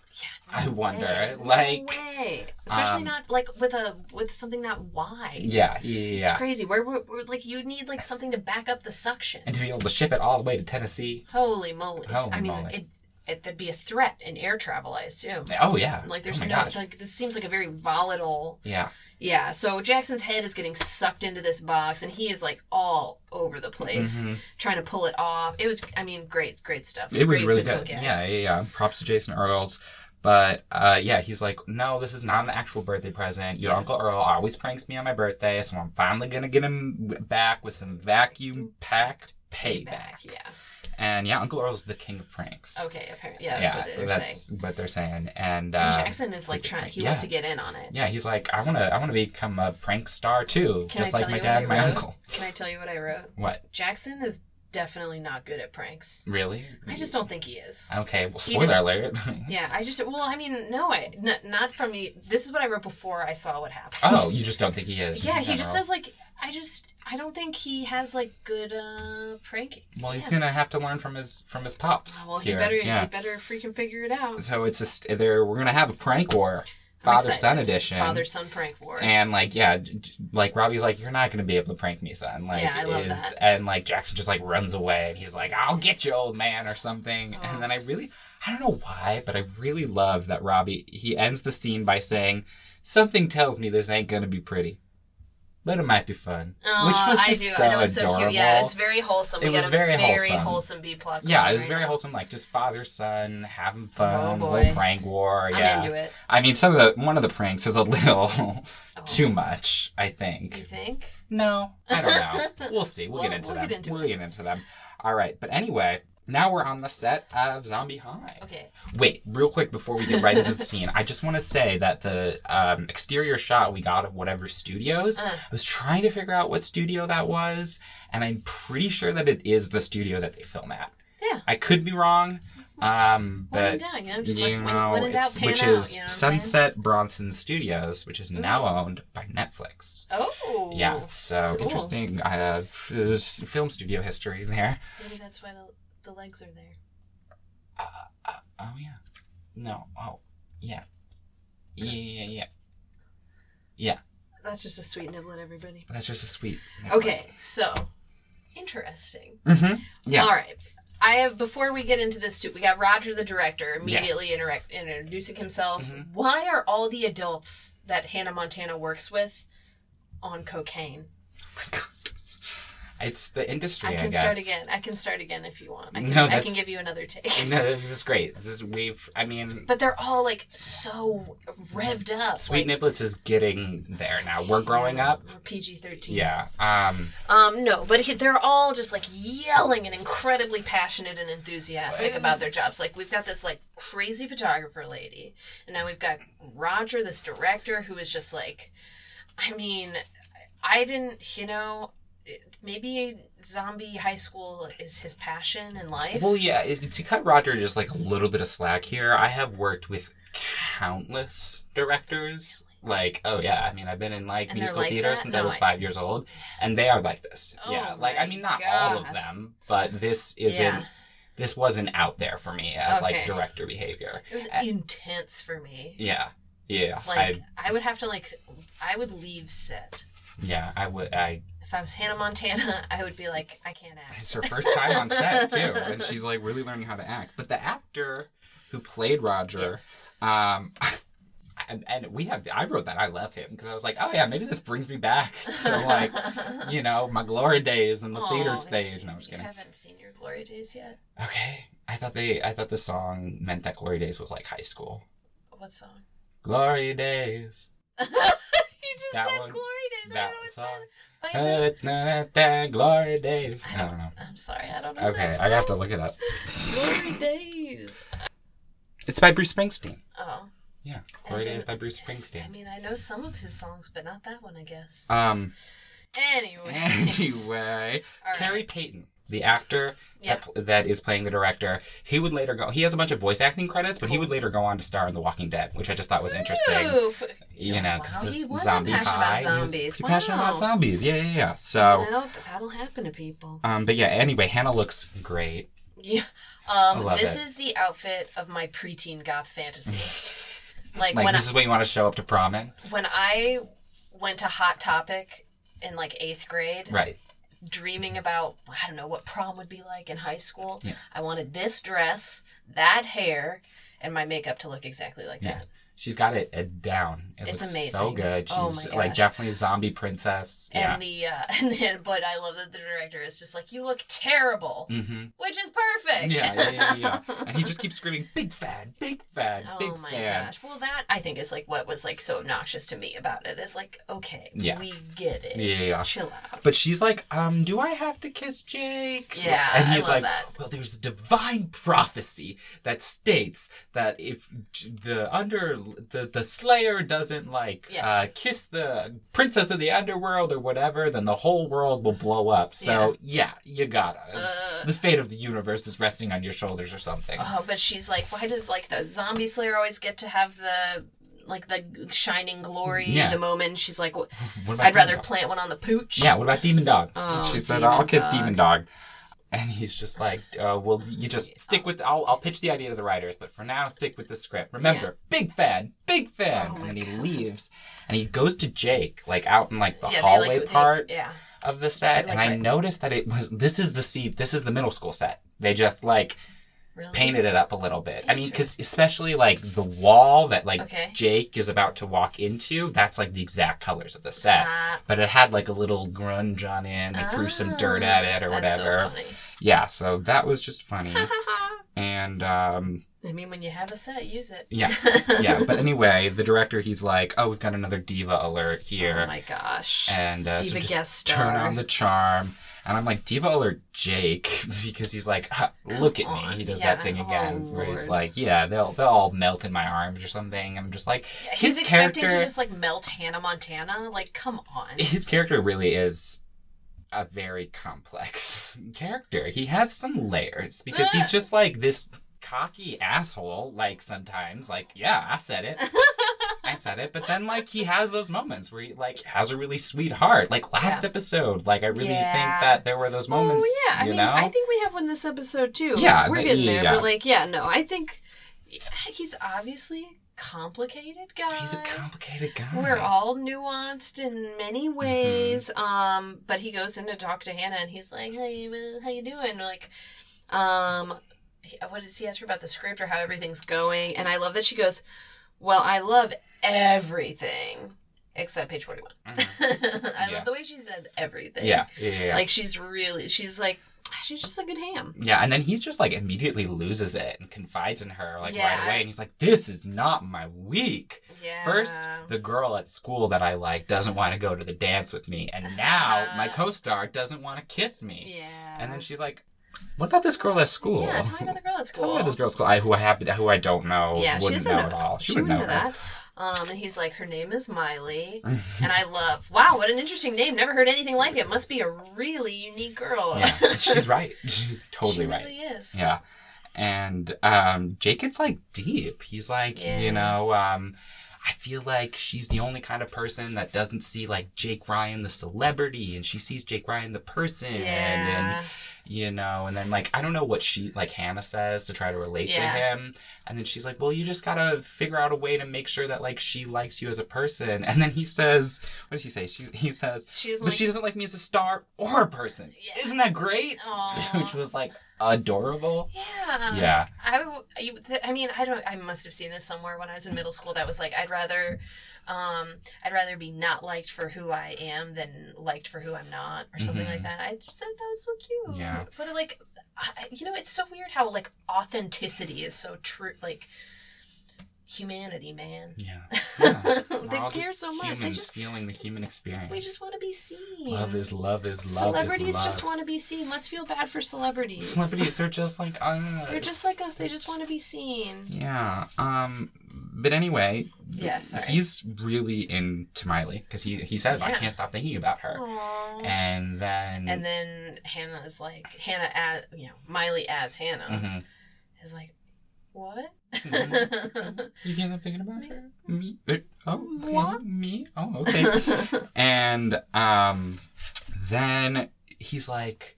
yeah, I wonder. way. Like, No way. Especially um, not like with a with something that wide. yeah, yeah, yeah, It's yeah. crazy. Where we're, we're like you need like something to back up the suction. And to be able to ship it all the way to Tennessee. Holy moly! It's- Holy I mean, moly. It, it that'd be a threat in air travel, I assume. Oh yeah. Like there's oh my no Gosh. like this seems like a very volatile. yeah, Yeah. So Jackson's head is getting sucked into this box, and he is like all over the place Mhm. trying to pull it off. It was, I mean, great, great stuff. it was Great really physical good. gags. Yeah, yeah, yeah. Props to Jason Earls. But uh, yeah, he's like, no, this is not an actual birthday present. Your Yeah. Uncle Earl always pranks me on my birthday, so I'm finally gonna get him back with some vacuum packed payback. Payback. Yeah. And yeah, Uncle Earl's the king of pranks. Okay. Apparently, yeah. That's what they were saying. what they're saying. And, uh, And Jackson is like trying. He wants yeah. to get in on it. Yeah, he's like, I wanna, I wanna become a prank star too, Can I just tell like my you dad what and I my wrote? uncle. Can I tell you what I wrote? What? Jackson is definitely not good at pranks. Really? I just don't think he is. Okay. Well, He spoiler alert. Yeah, I just well, I mean, no, I n- not from the. This is what I wrote before I saw what happened. *laughs* *laughs* oh, you just don't think he is. yeah, in he just general. says like I just I don't think he has like good uh pranking. Well, he's yeah. gonna have to learn from his from his pops. Oh, well, he here. better Yeah. he better freaking figure it out. So it's just there. We're gonna have a prank war, I'm father son excited. edition. Father son prank war. and like yeah, j- j- like Robbie's like you're not gonna be able to prank me, son. Like Yeah, I love is- that. and like Jackson just like runs away and he's like I'll get you, old man, or something. Oh. And then I really I don't know why, but I really love that Robbie he ends the scene by saying something tells me this ain't gonna be pretty, but it might be fun, Aw, which was I just do. so I know, it's adorable. So cute. Yeah, it's very wholesome. It we was got a very very wholesome. wholesome, B plot. Yeah, going it was right very now. wholesome, like just father son having fun, Oh, little boy. prank war. I'm Yeah, into it. I mean, some of the one of the pranks is a little *laughs* Oh, too much. I think. You think? No, I *laughs* don't know. we'll see. We'll, We'll- get into we'll them. get into we'll get into them. All right, but anyway, now we're on the set of Zombie High. Okay. Wait, real quick before we get right into the *laughs* scene, I just want to say that the um, exterior shot we got of whatever studios, Uh. I was trying to figure out what studio that was, and I'm pretty sure that it is the studio that they film at. Yeah. I could be wrong, um, When in but doubt, you know, just you like when, know, when in doubt, it's, pan which out, is you know what I'm saying? Sunset Bronson Studios, which is now owned by Netflix. Oh. Yeah, so Cool. interesting uh, f- s- film studio history there. Maybe that's why the, the legs are there. Uh, uh, oh yeah, no, oh yeah, Yeah, yeah, yeah. That's just a sweet nibblet, everybody. That's just a sweet. Okay, so interesting. Mm-hmm. Yeah. All right. I have before we get into this too. We got Roger the director immediately interact, introducing himself. Mhm. Why are all the adults that Hannah Montana works with on cocaine? It's the industry. I, I can guess. start again. I can start again if you want. I can, No, I can that's- give you another take. *laughs* No, this is great. This is, we've. I mean, But they're all like so revved up. Sweet like, Niblets is getting there now. We're growing up. PG thirteen. Yeah. Um. Um. No, but he- they're all just like yelling and incredibly passionate and enthusiastic about their jobs. Like we've got this like crazy photographer lady, and now we've got Roger, this director, who is just like, I mean, I didn't, you know, it- maybe zombie high school is his passion in life. Well, yeah. It, to cut Roger just like a little bit of slack here, I have worked with countless directors. Like, oh yeah. I mean, I've been in like And they're musical like theater that? since I No, was I- five years old, and they are like this. Oh yeah. Like, I my mean, not all of God. them, but this isn't. Yeah. This wasn't out there for me as Okay. like director behavior. It was Uh, intense for me. Yeah. Yeah. Like I, I would have to like I would leave set. yeah. I would. I If I was Hannah Montana, *laughs* I would be like, I can't act. It's her first time on set too, and she's like really learning how to act. But the actor who played Roger, Yes. um, *laughs* and, and we have I wrote that I love him because I was like, oh yeah, maybe this brings me back to like *laughs* you know my glory days and the Aw, theater stage. No, I'm just Oh, you kidding. haven't seen your glory days yet. Okay, I thought they I thought the song meant that glory days was like high school. What song? *laughs* Glory days. you just That said one- glory days. I That don't know what song. song. By the- Uh, not that glory days. I I don't know. I'm sorry, I don't know. Okay, that I have to song. look it up. Glory days. It's by Bruce Springsteen. Oh, Yeah, Glory didn't- Days by Bruce Springsteen. I mean, I know some of his songs, but not that one, I guess. Um. *laughs* Anyway. Anyway, Oh, *laughs* All right. Carrie Payton, the actor Yeah. that pl- that is playing the director, he would later go. He has a bunch of voice acting credits, but he would later go on to star in The Walking Dead, which I just thought was interesting. Ooh, f- You know, because Wow, he this was zombie passionate about high, he was zombies. pretty passionate Wow. about zombies. Yeah, yeah, yeah. you So, know, that'll happen to people. um, but yeah. Anyway, Hannah looks great. Yeah. Um, love this it. is the outfit of my preteen goth *laughs* fantasy. like, Like when I, this is what you want to show up to prom in, when I went to Hot Topic in like eighth grade, right? dreaming about I don't know what prom would be like in high school. Yeah. I wanted this dress, that hair, and my makeup to look exactly like Yeah. that. She's got it uh, down. It It's looks so amazing. good. Oh She's my like gosh. definitely a zombie princess. Yeah. And the uh, *laughs* and then, but I love that the director is just like, you look terrible, hmm which is perfect. Yeah, yeah, yeah, yeah, yeah. and he just keeps screaming, "Big fan, big fan, big *laughs* Oh my fan." gosh. Well, that I think is like what was like so obnoxious to me about it is like, okay, Yeah. we get it. Yeah, yeah, yeah. Chill out. But she's like, um, do I have to kiss Jake? Yeah, and I he's love like, that. well, there's a divine prophecy that states that if j- the under the the Slayer doesn't like Yeah. uh, kiss the princess of the underworld or whatever, then the whole world will blow up. So yeah, you gotta. Uh. the fate of the universe is resting on your shoulders or something. Oh, but she's like, why does like the zombie slayer always get to have the like the shining glory Yeah. the moment? She's like, "Wh- What about I'd rather Demon Dog? plant one on the pooch. Yeah, what about Demon Dog? Oh, she said, Demon I'll kiss Dog. Demon Dog. And he's just like, uh, well, you just stick with, I'll, I'll pitch the idea to the writers, but for now, stick with the script. Remember, big fan, big fan. Oh my and then he leaves and he goes to Jake, like out in like the Yeah, they, like, hallway they- part yeah. of the set. Like, and I right- noticed that it was, this is the sea, this is the middle school set. They just like Really? painted it up a little bit. I mean, because especially like the wall that like Okay. Jake is about to walk into, that's like the exact colors of the set Ah, but it had like a little grunge on it and they threw some dirt at it or Ah, that's so whatever funny. *laughs* yeah so that was just funny and um I mean, when you have a set, use it. Yeah. *laughs* yeah but anyway the director he's like oh we've got another diva alert Oh here my gosh. and uh, so Diva just guest star. turn on the charm and i'm like diva alert jake *laughs* because he's like "Ah, look at on. me he does Yeah. that thing Oh, again where he's Lord. like yeah they'll they'll all melt in my arms or something i'm just like Yeah, He's his expecting character- to just like melt Hannah Montana. Like, come on. his character really is a very complex *laughs* character. He has some layers because he's just like this cocky asshole, like sometimes, like, yeah, I *laughs* said it. I said it. But then like he has those moments where he like has a really sweet heart. Like last episode, like I really Yeah. think that there were those moments. Oh yeah, I you mean, know? I think we have one this episode too. Yeah, we're the- getting there, yeah. but like, yeah, no, I think he's obviously complicated guy. He's a complicated guy. uh, We're all nuanced in many Mm-hmm. ways. Um, but he goes in to talk to Hannah, and he's like, "Hey, well, how you doing?" Like, um, he- what does he ask her about the script or how everything's going? And I love that she goes, "Well, I love everything except page forty-one." *laughs* Mhm. I Yeah. love the way she said everything. Yeah, yeah, yeah. yeah. like she's really, she's like, *sighs* she's just a good ham. Yeah, and then he's just like immediately loses it and confides in her like right Yeah. away, and he's like, "This is not my week." Yeah. First, the girl at school that I like doesn't want to go to the dance with me, and now my Uh. co-star doesn't want to kiss me. yeah, And then she's like, "What about this girl at school?" *laughs* Yeah, tell me about the girl at Tell me school. about this girl at school I, who I happen, who I don't know, Yeah, she wouldn't doesn't know know- at all. She, She would would know know that. Um, and he's like, her name is Miley, and I love. Wow, what an interesting name! Never heard anything like it. Must be a really unique girl. *laughs* Yeah, she's right. *laughs* She's totally she right. really is. Yeah. And um Jake gets like deep. He's like, Yeah. you know, um I feel like she's the only kind of person that doesn't see like Jake Ryan the celebrity and she sees Jake Ryan the person and, Yeah. and you know, and then like I don't know what she like Hannah says to try to relate to Yeah. him. And then she's like, Well, you just gotta figure out a way to make sure that like she likes you as a person. *laughs* And then he says what does he say? She he says She doesn't But like- she doesn't like me as a star or a person. Yeah. Isn't that great? *laughs* Aw. Uh-huh. Which was like adorable. Yeah. Yeah. I, w- you- th- I mean, I don't. I must have seen this somewhere when I was in middle school. That was like, I'd rather, um, I'd rather be not liked for who I am than liked for who I'm not, or something Mhm. like that. I just thought that was so cute. Yeah. But like, I, you know, it's so weird how like authenticity is so true. Like humanity, man. *laughs* Yeah. they care so much. Humans They just feeling the human experience. we just want to be seen. love is love is love. celebrities is love. just want to be seen. Let's feel bad for celebrities. Celebrities, they're *laughs* just like us. They're just like us. They just want to be seen. Yeah. Um. But anyway, Yeah, sorry. he's really into Miley because he he says I Yeah. can't stop thinking about her, Aww. and then And then Hannah is like, Hannah as, you know, Miley as Hannah Mhm. *laughs* is like, what? Mm-hmm. you can't stop thinking about Me. her. Me. Uh, Oh. okay. What? Me. Oh. Okay. *laughs* And um, then he's like,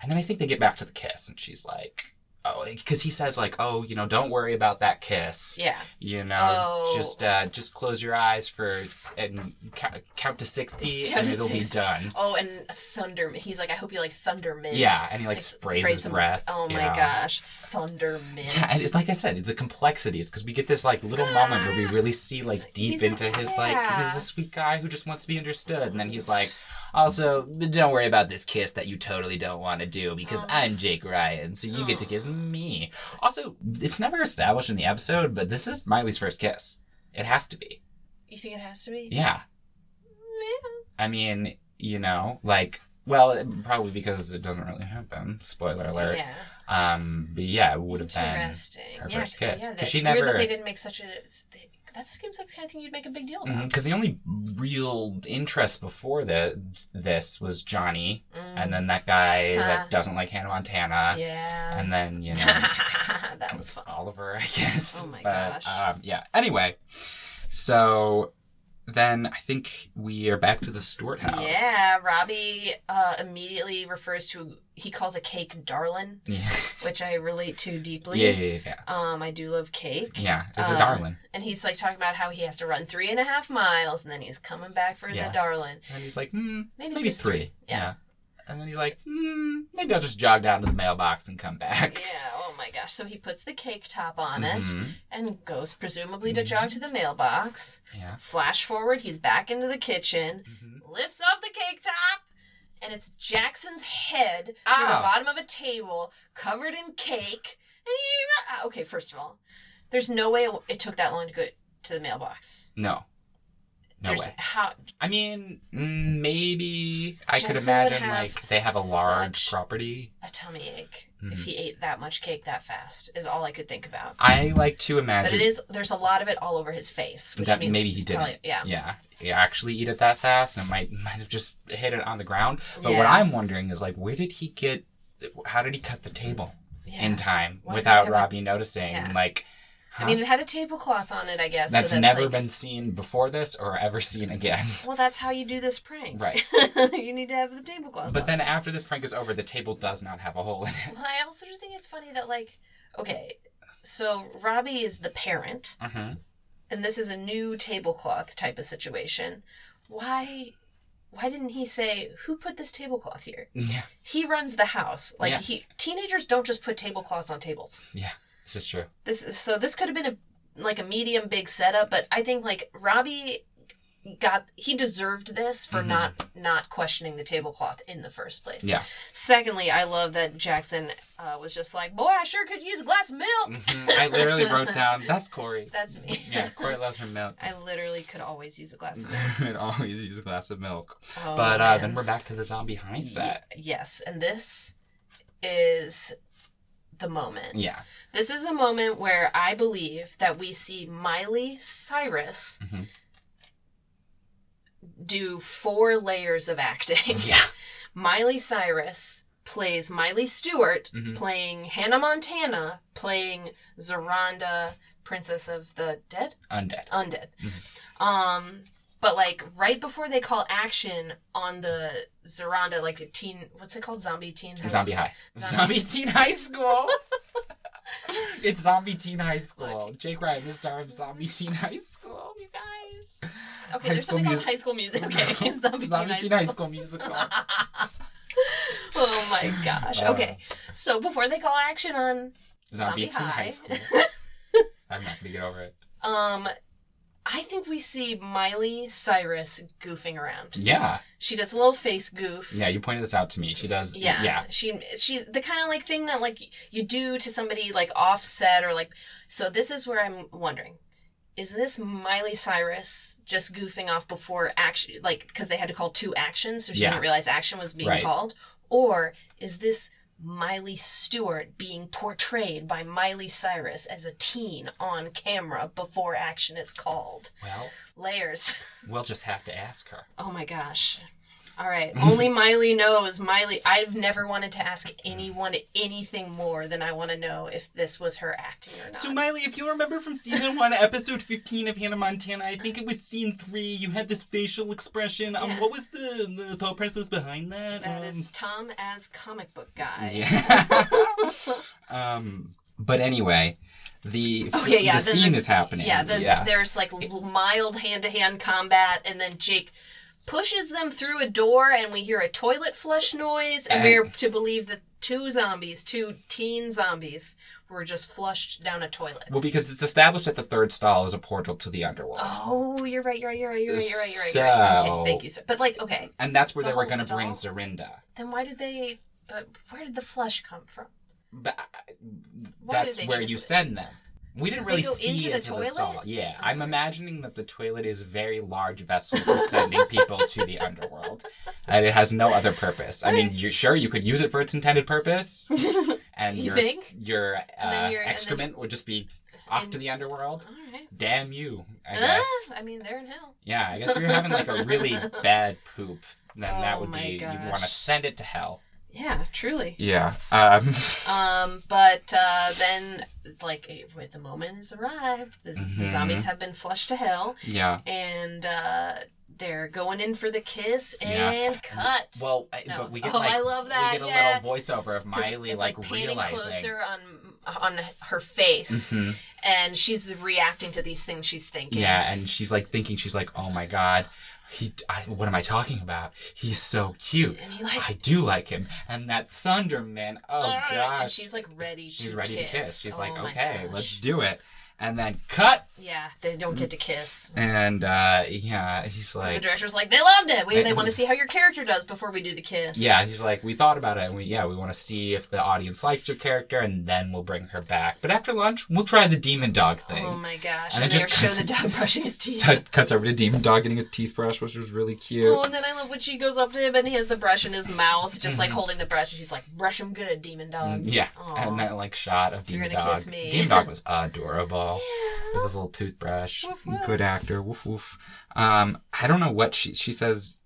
and then I think they get back to the kiss, and she's like, oh, because he says like, oh, you know, don't worry about that kiss. *laughs* yeah. You know, Oh. just uh, just close your eyes for s- and ca- count to sixty, Count and to it'll 60. be done. Oh, and Thunder. He's like, I hope you like Thunder Mint. Yeah, and he like Like, sprays spray his some- breath. Oh my yeah. gosh, Thunder Mint. Yeah, and it, like I said, the complexities because we get this like little moment where we really see like deep Ah. He's a- into his like yeah. he's a sweet guy who just wants to be understood, and then he's like, also don't worry about this kiss that you totally don't want to do because Oh. I'm Jake Ryan, so you get to kiss me. Also, it's never established in the episode, but this is Miley's first kiss. It has to be. you think it has to be? Yeah, I mean, you know, like. Well, it- probably because it doesn't really happen. Spoiler alert. Yeah. Um, but yeah, it would have been Interesting. her yeah, first yeah, kiss. 'Cause that's she weird never- that they didn't make such a. That seems like the kind of thing you'd make a big deal about. Because Mhm, the only real interest before the, this was Johnny, Mm. Mm-hmm. and then that guy Huh. that doesn't like Hannah Montana, yeah. and then you *laughs* know that was fun. Oliver, I guess. Oh my but, gosh. Um, yeah. Anyway, so then I think we are back to the Stewart house. Yeah, Robbie uh, immediately refers to he calls a cake darlin, Yeah. *laughs* which I relate to Yeah. deeply. Yeah. Yeah. yeah. Um, I do love cake. Yeah, it's a Uh, darling. And he's like talking about how he has to run three and a half miles, and then he's coming back for Yeah. the darlin. And he's like, hmm, Maybe, maybe just three. Yeah. And then he's like, hmm, maybe I'll just jog down to the mailbox and come back. Yeah. Oh my gosh. So he puts the cake top on it Mhm. and goes presumably Mm-hmm. to jog to the mailbox. Yeah. Flash forward, he's back into the kitchen, Mhm. lifts off the cake top, and it's Jackson's head near Ow. the bottom of a table, covered in cake. And he, ah, okay, first of all, there's no way it, it took that long to go to the mailbox. No. No there's way. how I mean, mm, maybe I could Jackson would imagine have like they have a large such- property. a tummy ache Mhm. if he ate that much cake that fast is all I could think about. I like to But imagine it is there's a lot of it all over his face, which that means maybe he it's didn't. probably- yeah. yeah, he actually eat it that fast, and it might *laughs* might have just hit it on the ground. But what Yeah. I'm wondering is like, where did he get? How did he cut the table yeah. in time Why did without he have a- Robbie noticing? Yeah. Like, huh? I mean, it had a tablecloth on it, I guess. uh, that's, so that's never like- been seen before this or ever seen *laughs* again. Well, that's how you do this prank. Right. *laughs* you need to have the tablecloth. But on. then after this prank is over, the table does not have a hole in it. Well, I also just think it's funny that like, okay, so Robbie is the parent, Mhm. and this is a new tablecloth type of situation, why why didn't he say who put this tablecloth here? *laughs* Yeah, He runs the house. Like Yeah. he teenagers don't just put tablecloths on tables. this is true. This is- so this could have been a like a medium big setup, but I think like Robbie got he deserved this for Mhm. not not questioning the tablecloth in the first place. Yeah. Secondly, I love that Jackson uh, was just like, "Boy, I sure could use a glass of milk." Mhm. I literally *laughs* wrote down that's Corey. That's me. Yeah, Corey loves her milk. *laughs* I literally could always use a *laughs* glass of milk. and always use a glass of milk. Oh, but uh, man. then we're back to the zombie hindsight. *laughs* set. Y- yes, and this is the moment. Yeah. This is a moment where I believe that we see Miley Cyrus Mhm. do four layers of acting. Yeah. *laughs* Miley Cyrus plays Miley Stewart, Mhm. playing Hannah Montana, playing Zoranda, Princess of the Dead? Undead. Undead. Um, but like right before they call action on the Zoranda, like a teen, what's it called? Zombie teen? house? Zombie high. *laughs* Zombie- Zombie teen high *laughs* school. it's zombie teen high school. Jake Ryan, the star of zombie teen high school. You guys. Okay, High there's School something called Music- High School Music. *laughs* Okay, *laughs* Zombie, Zombie Teen Teen High High School. School musical. *laughs* Oh my gosh. Uh, Okay, so before they call action on, Zombie Zombie Teen High. High *laughs* School. I'm not gonna get over it. um, I think we see Miley Cyrus goofing around. Yeah, She does a little face goof. yeah. You pointed this out to me. She does. Yeah. Yeah, yeah. She she's the kind of like thing that like you do to somebody like offset or like so this is where I'm wondering is this Miley Cyrus just goofing off before action like cuz they had to call two actions so she Yeah. didn't realize action was being Right. called or is this Miley Stewart being portrayed by Miley Cyrus as a teen on camera before action is called Well, layers *laughs* we'll just have to ask her. Oh my gosh. All *laughs* right. Only Miley knows. Miley, I've never wanted to ask anyone anything more than I want to know if this was her acting or not. So Miley, if you remember from season one, episode fifteen of Hannah Montana, I think it was scene three. You had this facial expression. Yeah. Um, what was the, the thought process behind that? that um, is Tom as comic book guy. Yeah. *laughs* um, but anyway, the Okay, yeah, Mm. the then scene this- is happening. Yeah, there's, there's like l- mild hand to hand combat, and then Jake pushes them through a door, and we hear a toilet flush noise, and And- we're to believe that two zombies, two teen zombies, were just flushed down a toilet. Well, because it's established that the third stall is a portal to the underworld, Oh, you're right. You're right. You're right. You're right. You're right. You're right. You're right. Okay, So- thank you. Sir. But like, okay, and that's where The they were whole going to bring stall? Zorinda. then why did they? But where did the flush come from? But I- Why did that's they where need you to- send them. We didn't they really go see into the into the, toilet? stall. Yeah, I'm I'm, sorry. imagining that the toilet is a very large vessel *laughs* for sending people to the underworld, and it has no other purpose. I mean, you sure you could use it for its intended purpose, All and *laughs* You your think? your And then uh, your- and then- excrement would just be off to and- the underworld. right. Damn you, I Ah, guess. I mean, they're in hell. Yeah, I guess if you're having like *laughs* a really bad poop, then Oh that would my be gosh. you want to send it to hell. Yeah, truly. Yeah. Um. *laughs* Um, but uh, then, like, eh, wait, the moment has arrived. The, z the Mhm. zombies have been flushed to hell, Yeah. and uh, they're going in for the kiss Yeah. and cut. Well, I No. but we get Oh, like I love that, we get a yeah. little voiceover of 'Cause Miley it's, like, panning realizing. closer on on her face, Mhm. and she's reacting to these things she's thinking. Yeah, and she's like thinking she's like, oh my god, he. I, what am I talking about? He's so cute. and he likes. I do like him, and that Thunder Man. Oh "Arr!" And gosh, she's like ready. she's to ready kiss. to kiss. She's Oh like, my okay, gosh. let's do it. And then cut, Yeah, they don't get to kiss. and uh, yeah, he's like, the director's like, they loved it. We, They- they want to see how your character does before we do the kiss. Yeah, he's like, we thought about it, and we yeah, we want to see if the audience likes your character, and then we'll bring her back. But after lunch, we'll try the demon dog thing. Oh my gosh. And And, it they just- *laughs* show the dog brushing his teeth. Cut- cuts over to demon dog getting his teeth brushed, which was really cute. Oh, and then I love when she goes up to him and he has the brush in his mouth, just Mm-hmm. like holding the brush, and she's like, "Brush him good, demon dog." Yeah, Aw. and that like shot of You're demon gonna dog. kiss me. Demon *laughs* dog was adorable Yeah. with his little toothbrush. Woof, woof. Good actor. Woof woof. Um, I don't know what she she says.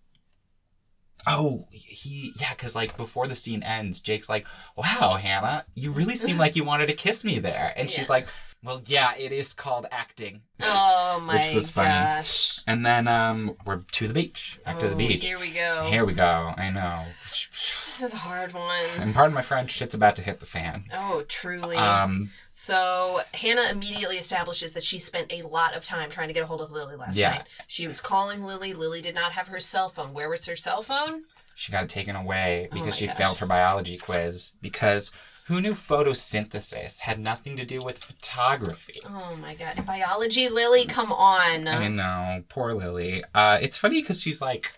Oh, he yeah, because like before the scene ends, Jake's like, "Wow, Hannah, you really seem *laughs* like you wanted to kiss me there," and she's Yeah. like, "Well, yeah, it is called acting." Oh my Which was funny. gosh. And then um, we're to the beach. Back to the Oh, beach. Here we go. Here we go. I know. This is a hard one. And pardon my French, shit's about to hit the fan. Oh, truly. Um, so Hannah immediately establishes that she spent a lot of time trying to get a hold of Lily last Yeah. night. She was calling Lily. Lily did not have her cell phone. Where was her cell phone? she got it taken away Oh because my she gosh. failed her biology quiz because who knew photosynthesis had nothing to do with photography? Oh my god. In biology, Lily, come on. I know, poor Lily. Uh, it's funny because she's like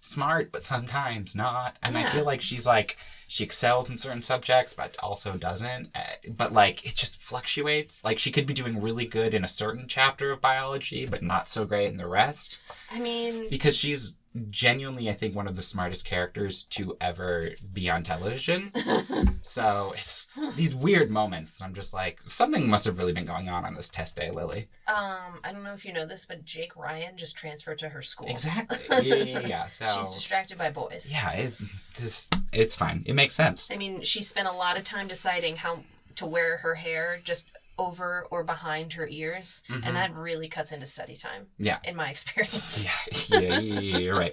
smart, but sometimes not. And I Yeah. feel like she's like she excels in certain subjects, but also doesn't. Uh, but like it just fluctuates. Like she could be doing really good in a certain chapter of biology, but not so great in the rest I mean, because she's genuinely, I think, one of the smartest characters to ever be *laughs* on television. so it's these weird moments that I'm just like, something must have really been going on on this test day, Lily. Um, I don't know if you know this, but Jake Ryan just transferred to her school. Exactly. *laughs* Yeah, yeah, yeah, yeah. So She's distracted by boys. yeah, it just it's fine. It makes sense. I mean, she spent a lot of time deciding how to wear her hair just over or behind her ears, Mm-hmm. and that really cuts into study time. Yeah. In my *laughs* experience. Yeah, *laughs* yeah, yeah, yeah, you're right.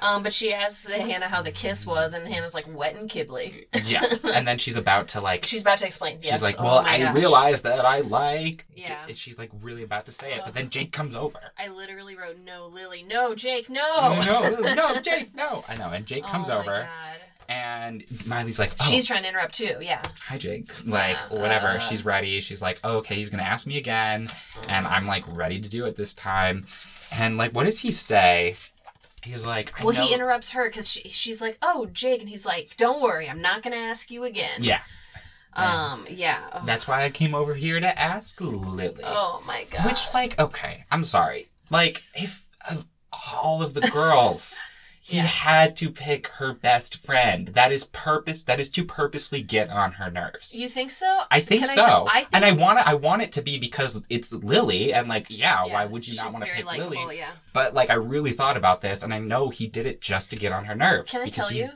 Um, but she asks Hannah how the kiss was, and Hannah's like, wet and kibbly. Yeah, and then she's about to like. She's She's about to explain. Yes. like, oh well, my I gosh. realize that I like. Yeah. Oh. And she's like really about to say it, Ugh. but then Jake comes over. I literally wrote, no, Lily, no, Jake, no. No, *laughs* no, Jake, no. I know, and Jake comes Oh my over. God. and Miley's like, oh, She's trying to interrupt too, yeah. hi, Jake. Like, Yeah, whatever. uh. She's ready. She's like, oh, okay, he's going to ask me again. And I'm like, ready to do it this time. And like, what does he say? He's like, I Well, know- he interrupts her because she, she's like, "Oh, Jake," and he's like, "Don't worry, I'm not gonna ask you again." Yeah, Um. Yeah. Oh, that's why I came over here to ask Lily. oh my god. Which, like, okay, I'm sorry. Like, if of *laughs* all of the girls, he Yeah. had to pick her best friend. That is purpose. That is to purposely get on her nerves. you think so? I think Can so. tell- I think and I want to I want it to be because it's Lily and like yeah, yeah, why would you not she's want to very pick likable, Lily? Yeah. But like I really thought about this and I know he did it just to get on her nerves Can I because tell you? he's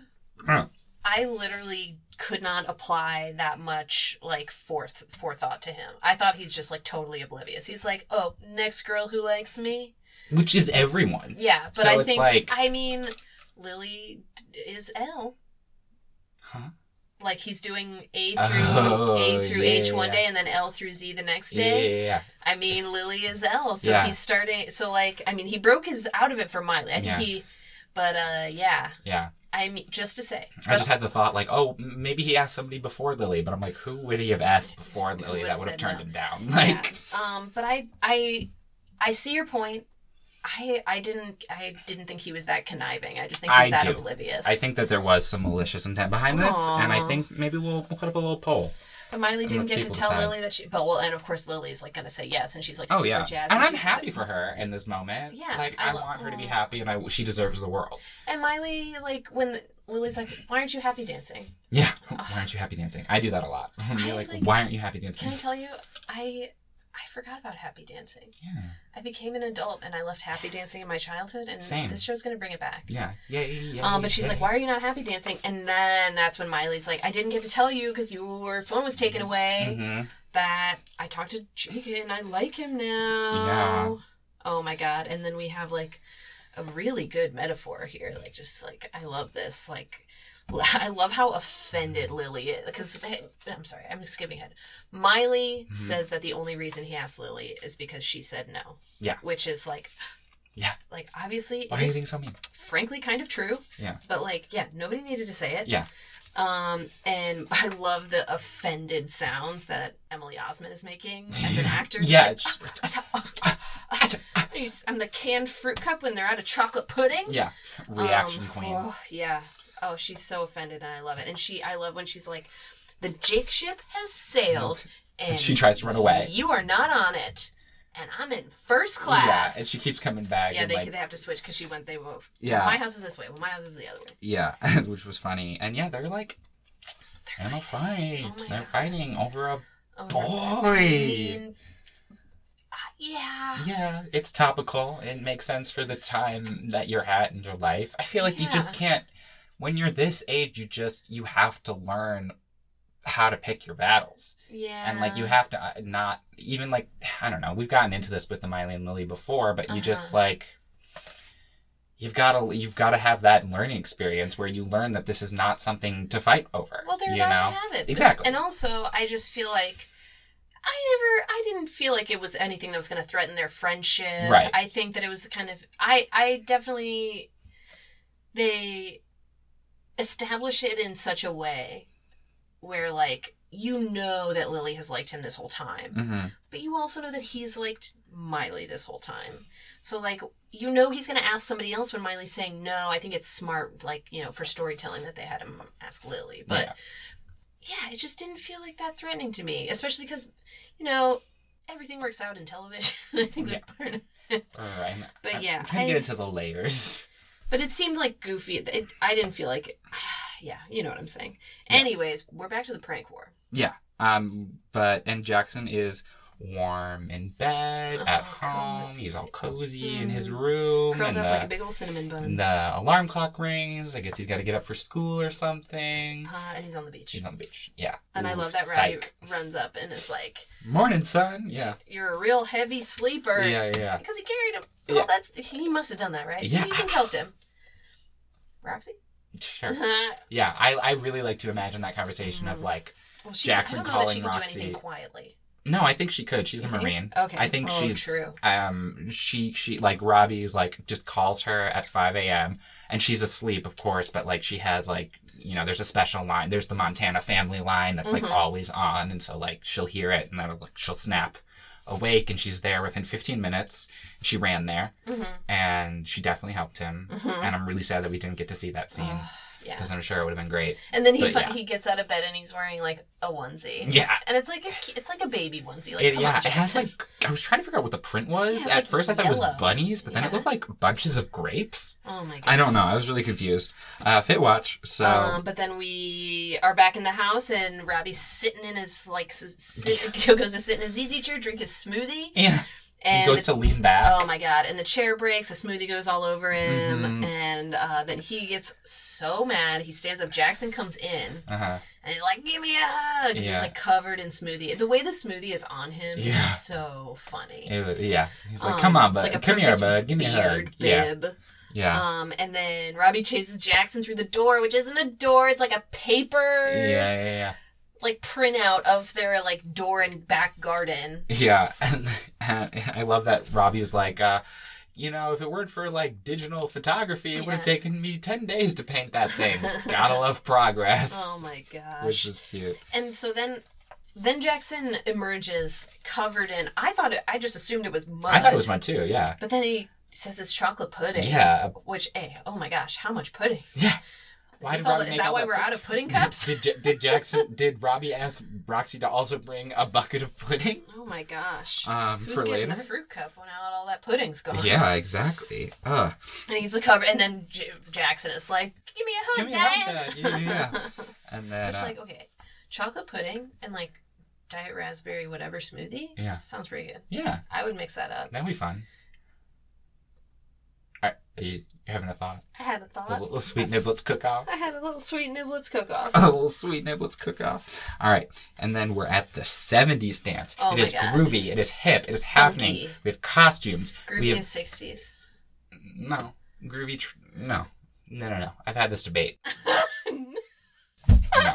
Mm. I literally could not apply that much like forth forethought to him. I thought he's just like totally oblivious. He's like, "Oh, next girl who likes me." which is everyone. Yeah, but So I it's think like- I mean, Lily d- is L. Huh? like he's doing A through Oh, A through H one yeah. day and then L through Z the next Yeah, yeah, day. yeah, yeah. I mean, Lily is L, so Yeah. he's starting. So like, I mean, he broke his out of it for Miley. I think Yeah. he, but uh, yeah. Yeah. I mean, just to say, I just had the thought like, oh, m- maybe he asked somebody before Lily, but I'm like, who would he have asked before Who Lily would that have would have said turned no? him down? yeah. *laughs* Like um, but I, I, I see your point. I, I didn't, I didn't think he was that conniving. I just think he's I that do. oblivious. I think that there was some malicious intent behind this, and I Aw. think maybe we'll, we'll put up a little poll. But Miley didn't let get to people tell decide. Lily that she. But well, and of course Lily's like gonna say yes, and she's like, Oh super yeah, jazzed, and I'm she's happy for her in this moment. Yeah, like I I, lo- want her to be Aw. happy, and I she deserves the world. *laughs* And Miley, like when Lily's like, "Why aren't you happy dancing?" Yeah, why aren't you happy dancing? I do that a lot. *laughs* I, You're like, like- why aren't you happy dancing? Can I tell you, I I forgot about happy dancing. yeah, I became an adult and I left happy dancing in my childhood, and Same. this show's gonna bring it back. yeah, yeah, yeah. yeah, Um, but she's yeah. like, "Why are you not happy dancing?" And then that's when Miley's like, "I didn't get to tell you because your phone was taken away. Mhm. That I talked to Jake and I like him now." Oh my god! And then we have like a really good metaphor here. Like, just like I love this. Like, *laughs* I love how offended Lily is because I'm sorry, I'm skipping ahead. Miley Mhm. says that the only reason he asked Lily is because she said no. Yeah. which is like. Yeah. Like obviously, it Why are you is being so mean? frankly kind of true. Yeah. But like, yeah, nobody needed to say it. Yeah. Um, and *laughs* I love the offended sounds that Emily Osment is making as *laughs* an actor. She's Yeah, like, it's- *laughs* I'm the canned fruit cup when they're out of chocolate pudding. yeah, reaction Um, queen. Oh, yeah. Oh, she's so offended, and I love it. And she, I love when she's like, "The Jake ship has sailed," and She tries to run away. You are not on it, and I'm in first class. Yeah, and she keeps coming back. Yeah, and they, like, they have to switch because she went. They were. Yeah. My house is this way. Well, my house is the other way. yeah, *laughs* which was funny. And yeah, they're like, they're in a fight. Oh my they're God. fighting over a Oh, boy. I mean, uh, yeah. Yeah, it's topical. It makes sense for the time that you're at in your life. I feel like you just Yeah. can't when you're this age you just you have to learn how to pick your battles. Yeah. And like you have to uh, not even like *sighs* Uh-huh. I don't know. We've gotten into this with the Miley and Lily before, but you just like you've got to you've got to have that learning experience where you learn that this is not something to fight over. Well, they're you about know? to have it. Exactly. And also, I just feel like I never, I didn't feel like it was anything that was going to threaten their friendship. Right. I think that it was the kind of, I, I definitely, they establish it in such a way where, like, you know that Lily has liked him this whole time, hmm but you also know that he's liked Miley this whole time. So, like, you know he's going to ask somebody else when Miley's saying no. I think it's smart, like, you know, for storytelling that they had him ask Lily. But yeah. yeah, it just didn't feel like that threatening to me, especially because, you know, everything works out in television. *laughs* I think that's part of it. All right. I'm- But I'm yeah, trying to I- get into the layers. *laughs* But it seemed like goofy. It, it- *sighs* I didn't feel like, yeah, you know what I'm saying. Yeah. Anyways, we're back to the prank war. Um, but and Jackson is warm in bed Oh, at home. cozy. He's all cozy in his Mm. room. Curled and up the, like a big old cinnamon bun. and the alarm clock rings. I guess he's got to get up for school or something. Uh, and he's on the beach. He's on the beach. Yeah. And I Ooh, love that Rowdy psych. runs up and is like, Morning, son. Yeah. You're a real heavy sleeper. Yeah, yeah. Because he carried him. Yeah. Well, that's he must have done that, right? Yeah. You think helped him. Roxy? *laughs* Uh-huh. Sure. Yeah, I, I really like to imagine that conversation of Mm. like, Well, she, Jackson I don't know that she calling could do Roxy. anything quietly. no, I think she could. She's a You think? Marine. Okay. I think Oh, she's true. um she she like Robbie is like just calls her at five a.m. and she's asleep, of course, but like she has like you know there's a special line. There's the Montana family line that's Mhm. like always on, and so like she'll hear it and then like she'll snap awake and she's there within 15 minutes she ran there Mm-hmm. and she definitely helped him Mm-hmm. and i'm really sad that we didn't get to see *sighs* that scene yeah. because i'm sure it would have been great And then he But fi- yeah. he gets out of bed and he's wearing like a onesie. yeah And it's like a ki- it's like a baby onesie. Like it, come yeah, on, it has Jackson. like I was trying to figure out what the print was. Yeah, it's At like first, I thought it yellow. was bunnies, but then Yeah. it looked like bunches of grapes. oh my god. I don't know. I was really confused. Uh, Fitwatch. So Um, but then we are back in the house, and Robbie's sitting in his like s- sit, *laughs* goes to sit in his easy chair, drink his smoothie, yeah, and he goes to lean back. Oh my god! And the chair breaks. The smoothie goes all over him, Mhm. and uh, then he gets so mad. He stands up. Jackson comes in, uh-huh. and he's like, "Give me a hug!" 'cause Yeah. He's like covered in smoothie. The way the smoothie is on him Yeah. is so funny. It was- yeah, he's like, Um, "Come on, it's bud. like a Come here, perfect bud. Give me a hug." Beard Yeah, bib. yeah, Um, and then Robbie chases Jackson through the door, which isn't a door; it's like a paper yeah, yeah, like printout of their like door and back garden. yeah. yeah. *laughs* And, and I love that Robbie was like. Uh, you know, if it weren't for like digital photography, it would Yeah. have taken me ten days to paint *laughs* that thing. Gotta love progress, Oh my gosh! which was cute. And so then then Jackson emerges covered in I thought it, I just assumed it was mud. I thought it was mine too. Yeah, But then he says it's chocolate pudding. yeah. Which eh, oh my gosh, how much pudding? Yeah. Is, Why this did all Robbie the- is make that all why that we're pudding? out of *laughs* pudding cups? Did, did, did Jackson? did Robbie ask Roxy to also bring a bucket of pudding oh my gosh. um, Who's for getting later? the fruit cup when all, all that pudding's gone? yeah, exactly. Uh, And he's the cover and then J- Jackson is like, Give me a hug, give me a hug, Dad." Dad. Yeah, yeah. yeah. And then Which uh, like, okay. Chocolate pudding and like diet raspberry whatever smoothie? Yeah. Sounds pretty good. yeah, I would mix that up. that'd be fun. All right, Are you you're having a thought? I had a thought. A little, little sweet niblets cook off. I had a little sweet niblets cook off. *laughs* A little sweet niblets cook off. All right, and then we're at the '70s dance. Oh it my is God. groovy. It is hip. It is happening. Funky. We have costumes. we Groovy have in sixties. No. Groovy. Tr- no. No, no, no. I've had this *laughs* debate. No.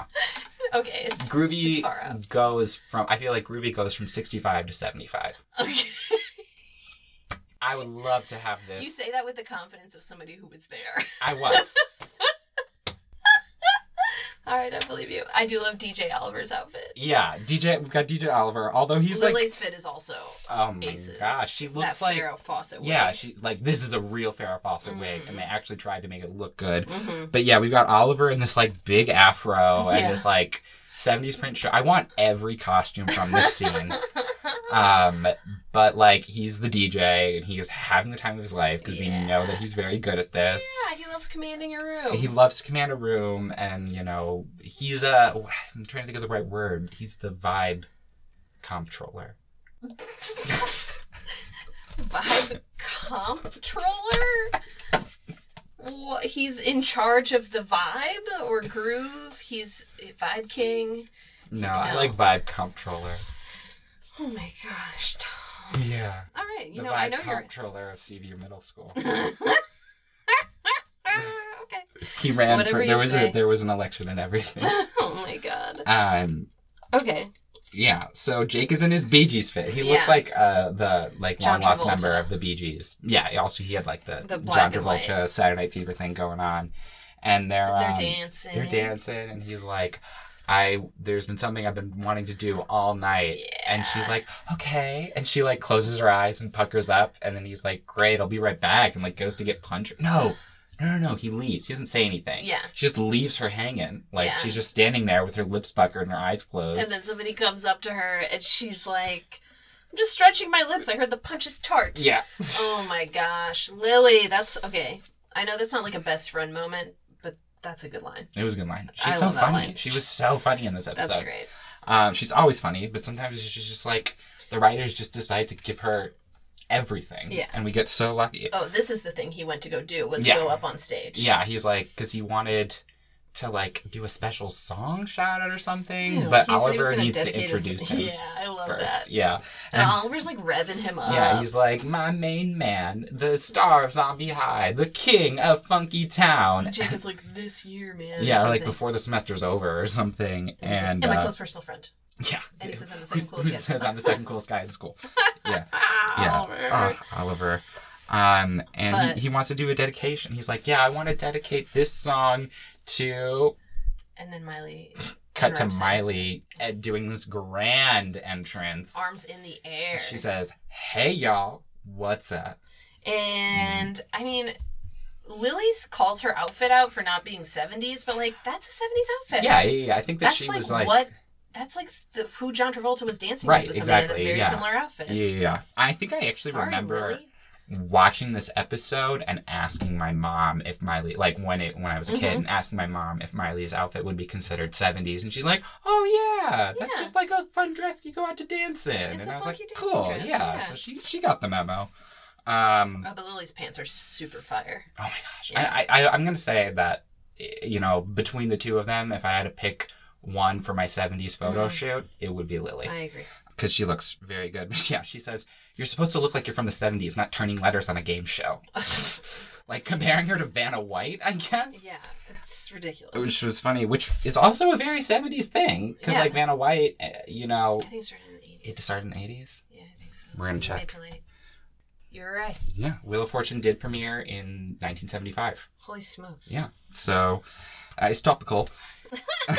okay, it's It's Groovy far out. goes from, I feel like Groovy goes from 65 to 75. okay. I would love to have this. You say that with the confidence of somebody who was there. *laughs* I was. All right, I believe you. I do love DJ Oliver's outfit. yeah. DJ, we've got DJ Oliver, although he's like, Lily's fit is also oh my aces. gosh. She looks that like, Pharaoh Fawcett. yeah, she, like, this is a real Farrah Fawcett wig, Mhm. and they actually tried to make it look good. Mm-hmm. *laughs* But yeah, we've got Oliver in this like big afro Yeah. and this like 70s print shirt. I want every costume *laughs* from this scene. um, but like he's the DJ and he is having the time of his life because Yeah. we know that he's very good at this. yeah, he loves commanding a room. He loves Commander Room and you know, he's a I'm trying to think of the right word. He's the vibe comptroller. Vibe comptroller. Wha- He's in charge of the vibe or groove. He's vibe king. No, I No. like vibe comptroller. Oh my gosh, Tom. Yeah. All right, you the know, vibe I know you're. *laughs* comptroller of CV middle school. Ah, He ran Whatever for you there was say. a there was an election and everything. *laughs* *laughs* oh my god. um Okay. yeah, so Jake is in his Bee Gees fit. He Yeah. looked like uh the like John long lost Travolta. member of the Bee Gees. Yeah, also he had like the, The John black and white. Travolta Saturday Night Fever thing going on. And they're They're um, dancing. they're dancing and he's like I there's been something I've been wanting to do all night. And she's like, "Okay." And she like closes her eyes and puckers up and then he's like, "Great, I'll be right back." And like goes to get punch. No. No, no, no, he leaves. He doesn't say anything. Yeah. She just leaves her hanging. Like Yeah. she's just standing there with her lips puckered and her eyes closed. And then somebody comes up to her and she's like, I'm just stretching my lips. I heard the punch is tart. yeah. Oh my gosh. Lily, that's okay. I know that's not like a best friend moment, but that's a good line. It was a good line. I She's so love that funny. line. She was so funny in this episode. That's great. Um, she's always funny, but sometimes she's just like the writers just decide to give her everything. Yeah. And we get so lucky. Oh, this is the thing he went to go do was Yeah. go up on stage. Yeah, he's like because he wanted to like do a special song shout out or You something, know, he but said he was Oliver gonna needs to dedicate his- introduce *laughs* him Yeah, I love first. that. Yeah. And, uh, And- Oliver's like revving him up. Yeah, he's like my main man, the star of Zombie High, the king of Funky Town. Jake is like this year, man. or Yeah, or like something. before the semester's over or something, And, he's like, and "And my uh, close personal friend. yeah, And he says I'm the Who- second who coolest guy. says I'm the second coolest guy in *laughs* school? Yeah, Ah, yeah. Oliver. Ugh, Oliver. Um, and But- he, he wants to do a dedication. He's like, yeah, I want to dedicate this song to And then *laughs* Miley, cut to Interrupts him. Miley at doing this grand entrance. arms in the air. She says, "Hey y'all, what's up?" And I mean, Lily calls her outfit out for not being 70s, but like that's a 70s outfit. Yeah, yeah, yeah. I think that that's she like, was like, what. That's like the, who John Travolta was dancing Right, with. Was somebody In exactly, a very yeah. similar outfit. Yeah, yeah, yeah. I think I actually Sorry, remember. Lily. watching this episode and asking my mom if Miley like when it when I was a kid Mhm. and asking my mom if Miley's outfit would be considered 70s and she's like, "Oh yeah, that's Yeah. just like a fun dress you go out to dance in." It's and a I was like, funky dancing "Cool, dress, yeah. yeah. So she she got the memo. Um Oh, but Lily's pants are super fire. oh my gosh. Yeah. I, I I I'm going to say that eh, you know, between the two of them, if I had to pick one for my 70s photo Mhm. shoot, it would be Lily I agree. *laughs* because she looks very good. *laughs* But yeah, she says, You're supposed to look like you're from the 70s, not turning letters on a game show. like comparing her to Vanna White, I guess. yeah, it's ridiculous. Which was funny, which is also a very 70s thing because, Yeah. like, Vanna White, uh, you know, I think it started in the 80s. it started in the 80s. yeah, I think so. We're going to Mid check. to late. You're right. Yeah. Wheel of Fortune did premiere in 1975. Holy smokes. Yeah. So uh, it's topical. *laughs*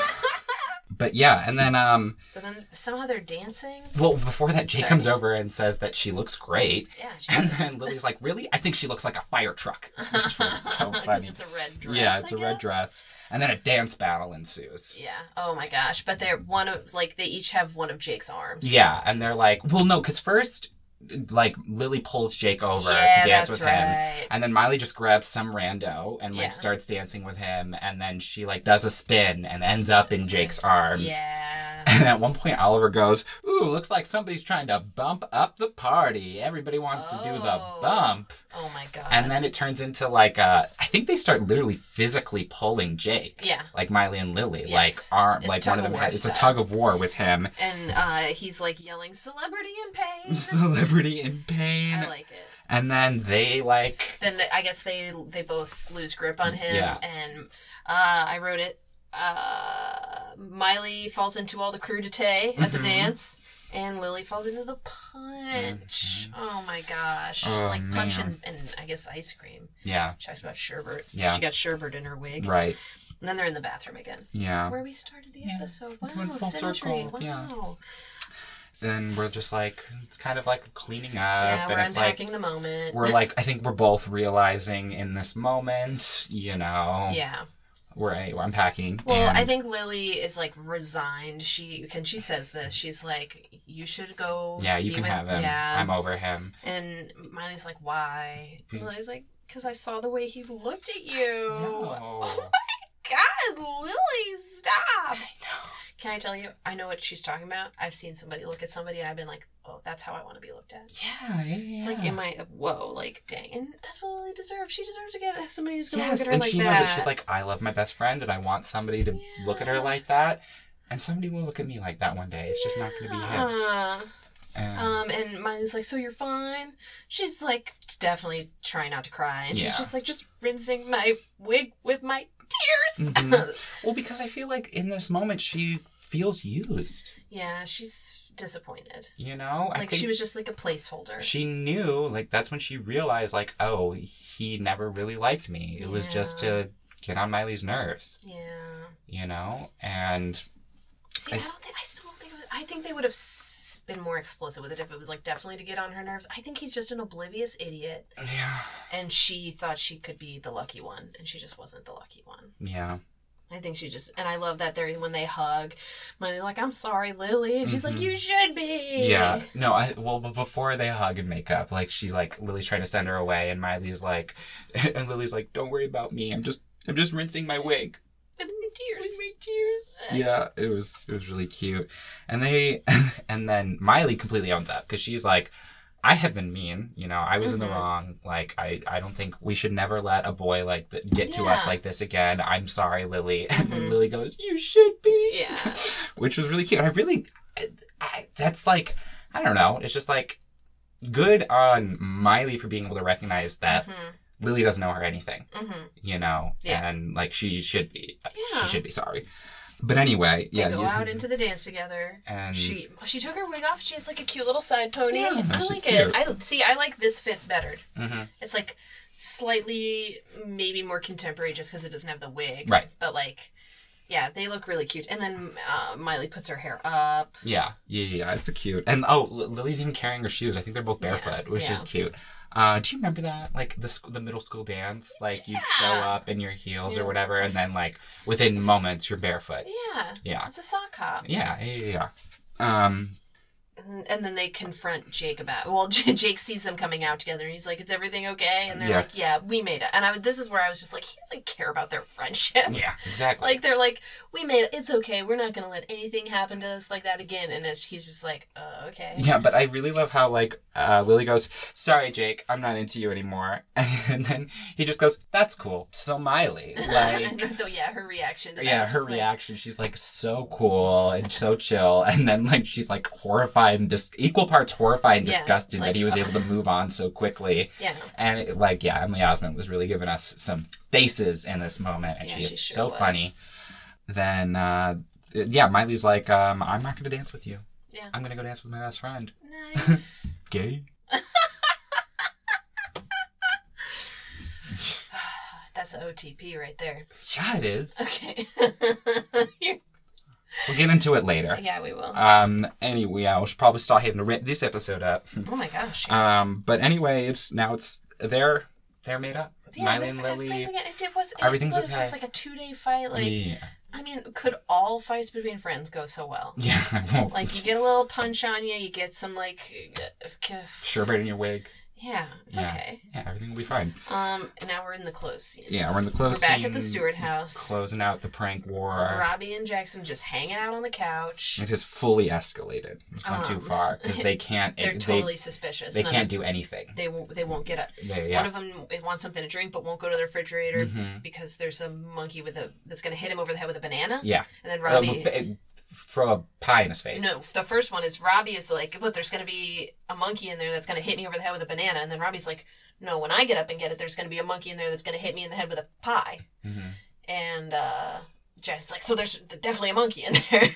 but yeah, and then, um, But then somehow they're dancing. well, before that, Jay Sorry. comes over and says that she *laughs* looks great. Yeah. she And does. then Lily's like, "Really? I think she looks like a fire truck." *laughs* Which was *laughs* so 'Cause funny. it's a red dress. yeah, it's a a red dress, and then a dance battle ensues. Yeah. Oh my gosh. But they're one of like they each have one of Jake's arms. Yeah, and they're like, "Well, no, because first, like Lily pulls Jake over Yeah, to dance that's with him." right. And then Miley just grabs some rando and like Yeah. starts dancing with him, and then she like does a spin and ends up in Jake's arms. Yeah. And at one point, Oliver goes, "Ooh, looks like somebody's trying to bump up the party. Everybody wants to do the Oh. bump." Oh my god. And then it turns into like uh I think they start literally physically pulling Jake. yeah. Like Miley and Lily, Yes. like arm, It's like tug one of of them. war Has, it's a style. tug of war with him. And uh, he's like yelling, "Celebrity in pain." *laughs* Celebrity in pain, I like it. and then they like. Then they, I guess they they both lose grip on him. Mm, Yeah. And uh, I wrote it. Uh, Miley falls into all the crudité at the Mhm. dance, and Lily falls into the punch. Oh my gosh! Mm-hmm. Oh, like punch and, man. and I guess ice cream. yeah, She talks about sherbet. Yeah. She got sherbet in her wig. right, Oh. And then they're in the bathroom again. yeah. Where we started the Yeah. episode. It went Wow, full symmetry. circle. Yeah. Wow. Then we're just like it's kind of like cleaning up, Yeah, we're and Uh, it's like unpacking the moment. we're like I think we're both realizing in this moment, you know, yeah. we're, we're unpacking. Well, I and- think Lily is like resigned. She can she says this. She's like, "You should go." yeah, you be can with- have him. Yeah. I'm over him. and Miley's like, "Why?" Hmm. Lily's like, "Cause I saw the way he looked at you." No. God, Lily, stop! know. Can *laughs* I tell you? I know what she's talking about. I've seen somebody look at somebody, and I've been like, "Oh, that's how I want to be looked at." Yeah, yeah, yeah. It's like, am I, whoa, like, dang. And that's what Lily deserves. She deserves to get somebody who's going to Yes, look at her and like she that. knows that she's like, I love my best friend, and I want somebody to look at her Yeah. like that, and somebody will look at me like that one day. It's just not going to be him. Yeah. And- Um, and Miley's like, so you're fine? She's like, definitely trying not to cry. And Yeah. she's just like, just rinsing my wig with my tears. Mhm. Well, because I feel like in this moment she feels used. *laughs* yeah, she's disappointed. You know, I Like think she was just like a placeholder. she knew. Like that's when she realized, like, oh, he never really liked me. It was just Yeah. to get on Miley's nerves. yeah. You know, and See, I, I- don't think I still don't think it was, I think they would have s- been more explicit with it if it was like definitely to get on her nerves. I think he's just an oblivious idiot, yeah, and she thought she could be the lucky one, and she just wasn't the lucky one. yeah, I think she just and I love that they when they hug, Miley's like, "I'm sorry, Lily," and she's Mhm. like, "You should be." yeah. No, I well, but before they hug and make up, like she's like Lily's trying to send her away, and Miley's like, *laughs* and Lily's like, don't worry about me. I'm just I'm just rinsing my wig. with my tears. my tears. Yeah, it was it was really cute, and they *laughs* and then Miley completely owns up because she's like, I have been mean. You know, I was in Mhm. the wrong. Like, I I don't think we should never let a boy like th- get to us Yeah. like this again. I'm sorry, Lily. *laughs* And Mhm. then Lily goes, "You should be." Yeah. which was really cute. I really, I, I, that's like, I don't know. It's just like. Good on Miley for being able to recognize *laughs* that Mm-hmm. Lily doesn't owe her anything, Mm-hmm. you know, Yeah. and like she should be Yeah. she should be sorry. But anyway, They yeah, go you- out into the dance together. and She she took her wig off. She has like a cute little side pony. Yeah, I she's like it. I see. I like this fit better. Mhm. It's like slightly maybe more contemporary just because it doesn't have the wig. Right. But like, yeah, they look really cute. And then uh, Miley puts her hair up. yeah, yeah, yeah, yeah, it's a cute. And oh, L- Lily's even carrying her shoes. I think they're both Yeah, barefoot, which yeah. is cute. Uh, do you remember that, like the sc- the middle school dance? Like you would show Yeah. up in your heels Yeah. or whatever, and then like within moments you're barefoot. Yeah, Yeah, it's a sock hop. yeah, yeah, yeah. yeah. Um, And, and then they confront Jake about. Well, *laughs* J- Jake sees them coming out together, and he's like, "Is everything okay?" And they're Yeah. like, "Yeah, we made it." And I this is where I was just like, he doesn't care about their friendship. yeah, exactly. *laughs* Like they're like, we made it. It's okay. We're not gonna let anything happen to us like that again. And it's, he's just like, uh, okay. Yeah, but I really love how like uh, Lily goes, "Sorry, Jake, I'm not into you anymore," *laughs* and then he just goes, "That's cool." So *laughs* Miley, like, *laughs* and, though, yeah, her reaction. To that yeah, is her just like- reaction, she's like so cool and so chill, and then like she's like horrified and dis- equal parts horrified and Yeah, disgusted like, that he was ugh. able to move on so quickly. *laughs* Yeah. And it, like, yeah, Emily Osment was really giving us some faces in this moment, and Yeah, she is she sure so was. funny. Then, uh, yeah, Miley's like, um, "I'm not gonna dance with you. Yeah. I'm gonna go dance with my best friend." Nice. Gay. Ah, That's OTP right there. *laughs* Yeah, it is. Okay. *laughs* We'll get into it later. yeah, we will. Um. Anyway, I should probably start having to rip this episode up. Oh my gosh. Um, but anyway, it's now it's they're they're made up. Yeah, Miley they're and f- Lily. friends again. It, it was. It everything's was just okay. like a two-day fight. Like, yeah, *laughs* I mean, could all fights between friends go so well? yeah. Well, Like, you get a little punch on you. You get some like, *sighs* sherbet in your wig. yeah, it's Yeah. okay. Yeah, everything will be fine. Um, now we're in the close scene. Yeah, we're in the we're close. back at the scene, Stewart house. Closing out the prank war. Robbie and Jackson just hanging out on the couch. It has fully escalated. It's gone too Um, far because they can't. *laughs* They're they totally suspicious. they None can't of- do anything. They won't. They won't get up. They, One yeah. of them wants something to drink but won't go to the refrigerator hmm because there's a monkey with a that's going to hit him over the head with a banana. *laughs* Yeah. And then Uh, Robbie. f- uh, throw a pie in his face. no, the first one is Robbie is like, look, there's going to be a monkey in there that's going to hit me over the head with a banana, and then Robbie's like, no, when I get up and get it, there's going to be a monkey in there that's going to hit me in the head with a pie. hmm And uh, Jess's like, so there's definitely a monkey in *laughs* there.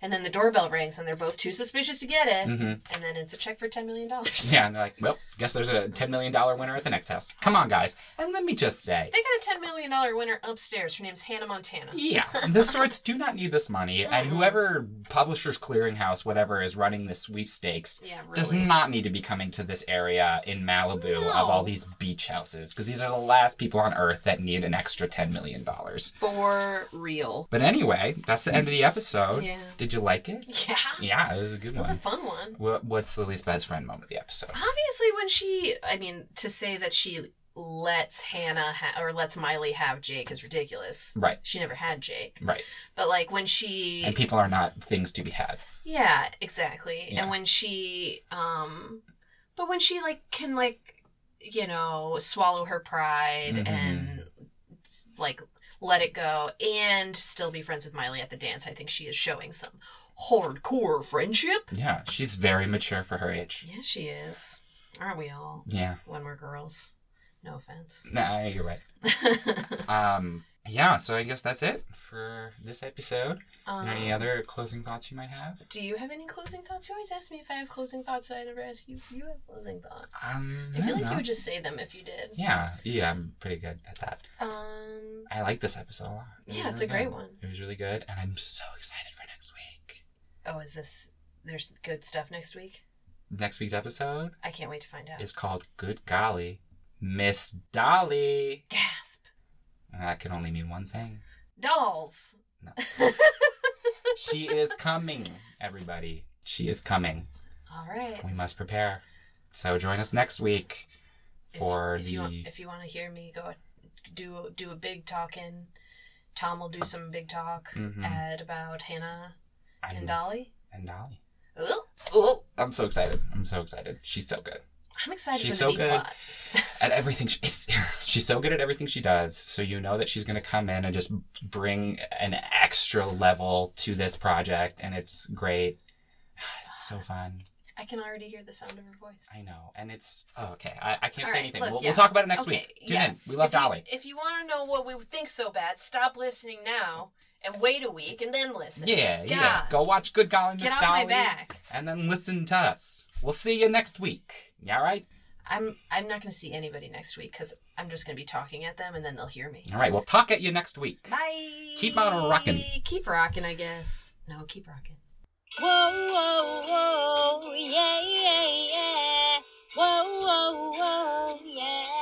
and then the doorbell rings, and they're both too suspicious to get it, hmm and then it's a check for ten million dollars. Yeah, and they're like, well, guess there's a $10 million winner at the next house. Come on, guys. And let me just say, They got a ten million dollar winner upstairs. Her name's Hannah Montana. *laughs* yeah, the sorts do not need this money, and Mm-mm. whoever Publishers Clearinghouse, whatever, is running this sweepstakes Yeah, really. does not need to be coming to this area in Malibu No. of all these beach houses, because these are the last people on Earth that need an extra $10 million. But For real. anyway, that's the end of the episode. Yeah. Did you like it? Yeah. Yeah, it was a good That's a one. fun one. What What's Lily's best friend moment of the episode? Obviously, when she, I mean, to say that she lets Hannah ha- or lets Miley have Jake is ridiculous. Right, She never had Jake. right. But, like, when she. And people are not things to be had. Yeah, exactly. Yeah. And when she, um, but when she, like, can, like, you know, swallow her pride Mhm. and, like, let it go and still be friends with Miley at the dance, I think she is showing some hardcore friendship. Yeah, she's very mature for her age. Yeah, she is. Aren't we all Yeah. when we're girls? No offense. *laughs* Nah, you're right. Um, yeah, so I guess that's it for this episode. Um, Any other closing thoughts you might have? do you have any closing thoughts? You always ask me if I have closing thoughts, and I never ask you if you have closing thoughts. Um, I feel don't like you know. would just say them if you did. Yeah, yeah, I'm pretty good at that. Um, I like this episode a lot. It was yeah, it's a really great good. one. It was really good, and I'm so excited for next week. Oh, is this there's good stuff next week? Next week's episode I can't wait to find out. is called Good Golly, Miss Dolly. Gasp! And that can only mean one thing. Dolls. No. she is coming, everybody. She is coming. *laughs* All right. We must prepare. So join us next week If- for if, the. you want, if you want to hear me go do do a big talking, Tom will do some big talk Mhm. at about Hannah I'm- and Dolly. and Dolly. Ooh, Oh, I'm so excited. I'm so excited. She's so good. I'm excited She's for the so B good. plot. at everything she, it's, *laughs* she's so good at everything she does so you know that she's going to come in and just bring an extra level to this project and it's great *sighs* it's so fun I can already hear the sound of her voice. i know and it's oh, okay i, I can't All say right, anything look, we'll, yeah. we'll talk about it next Okay, week tune yeah. in we love if you- dolly if you want to know what we think so bad, stop listening now and wait a week and then listen. yeah yeah God. go watch good golly miss Get off dolly my back. and then listen to us we'll see you next week you all right I'm I'm not going to see anybody next week because I'm just going to be talking at them and then they'll hear me. all right we'll talk at you next week Bye. Keep on rocking. Keep rocking, I guess. No, keep rocking. Whoa, whoa, whoa, yeah, yeah, yeah. Whoa, whoa, whoa, yeah.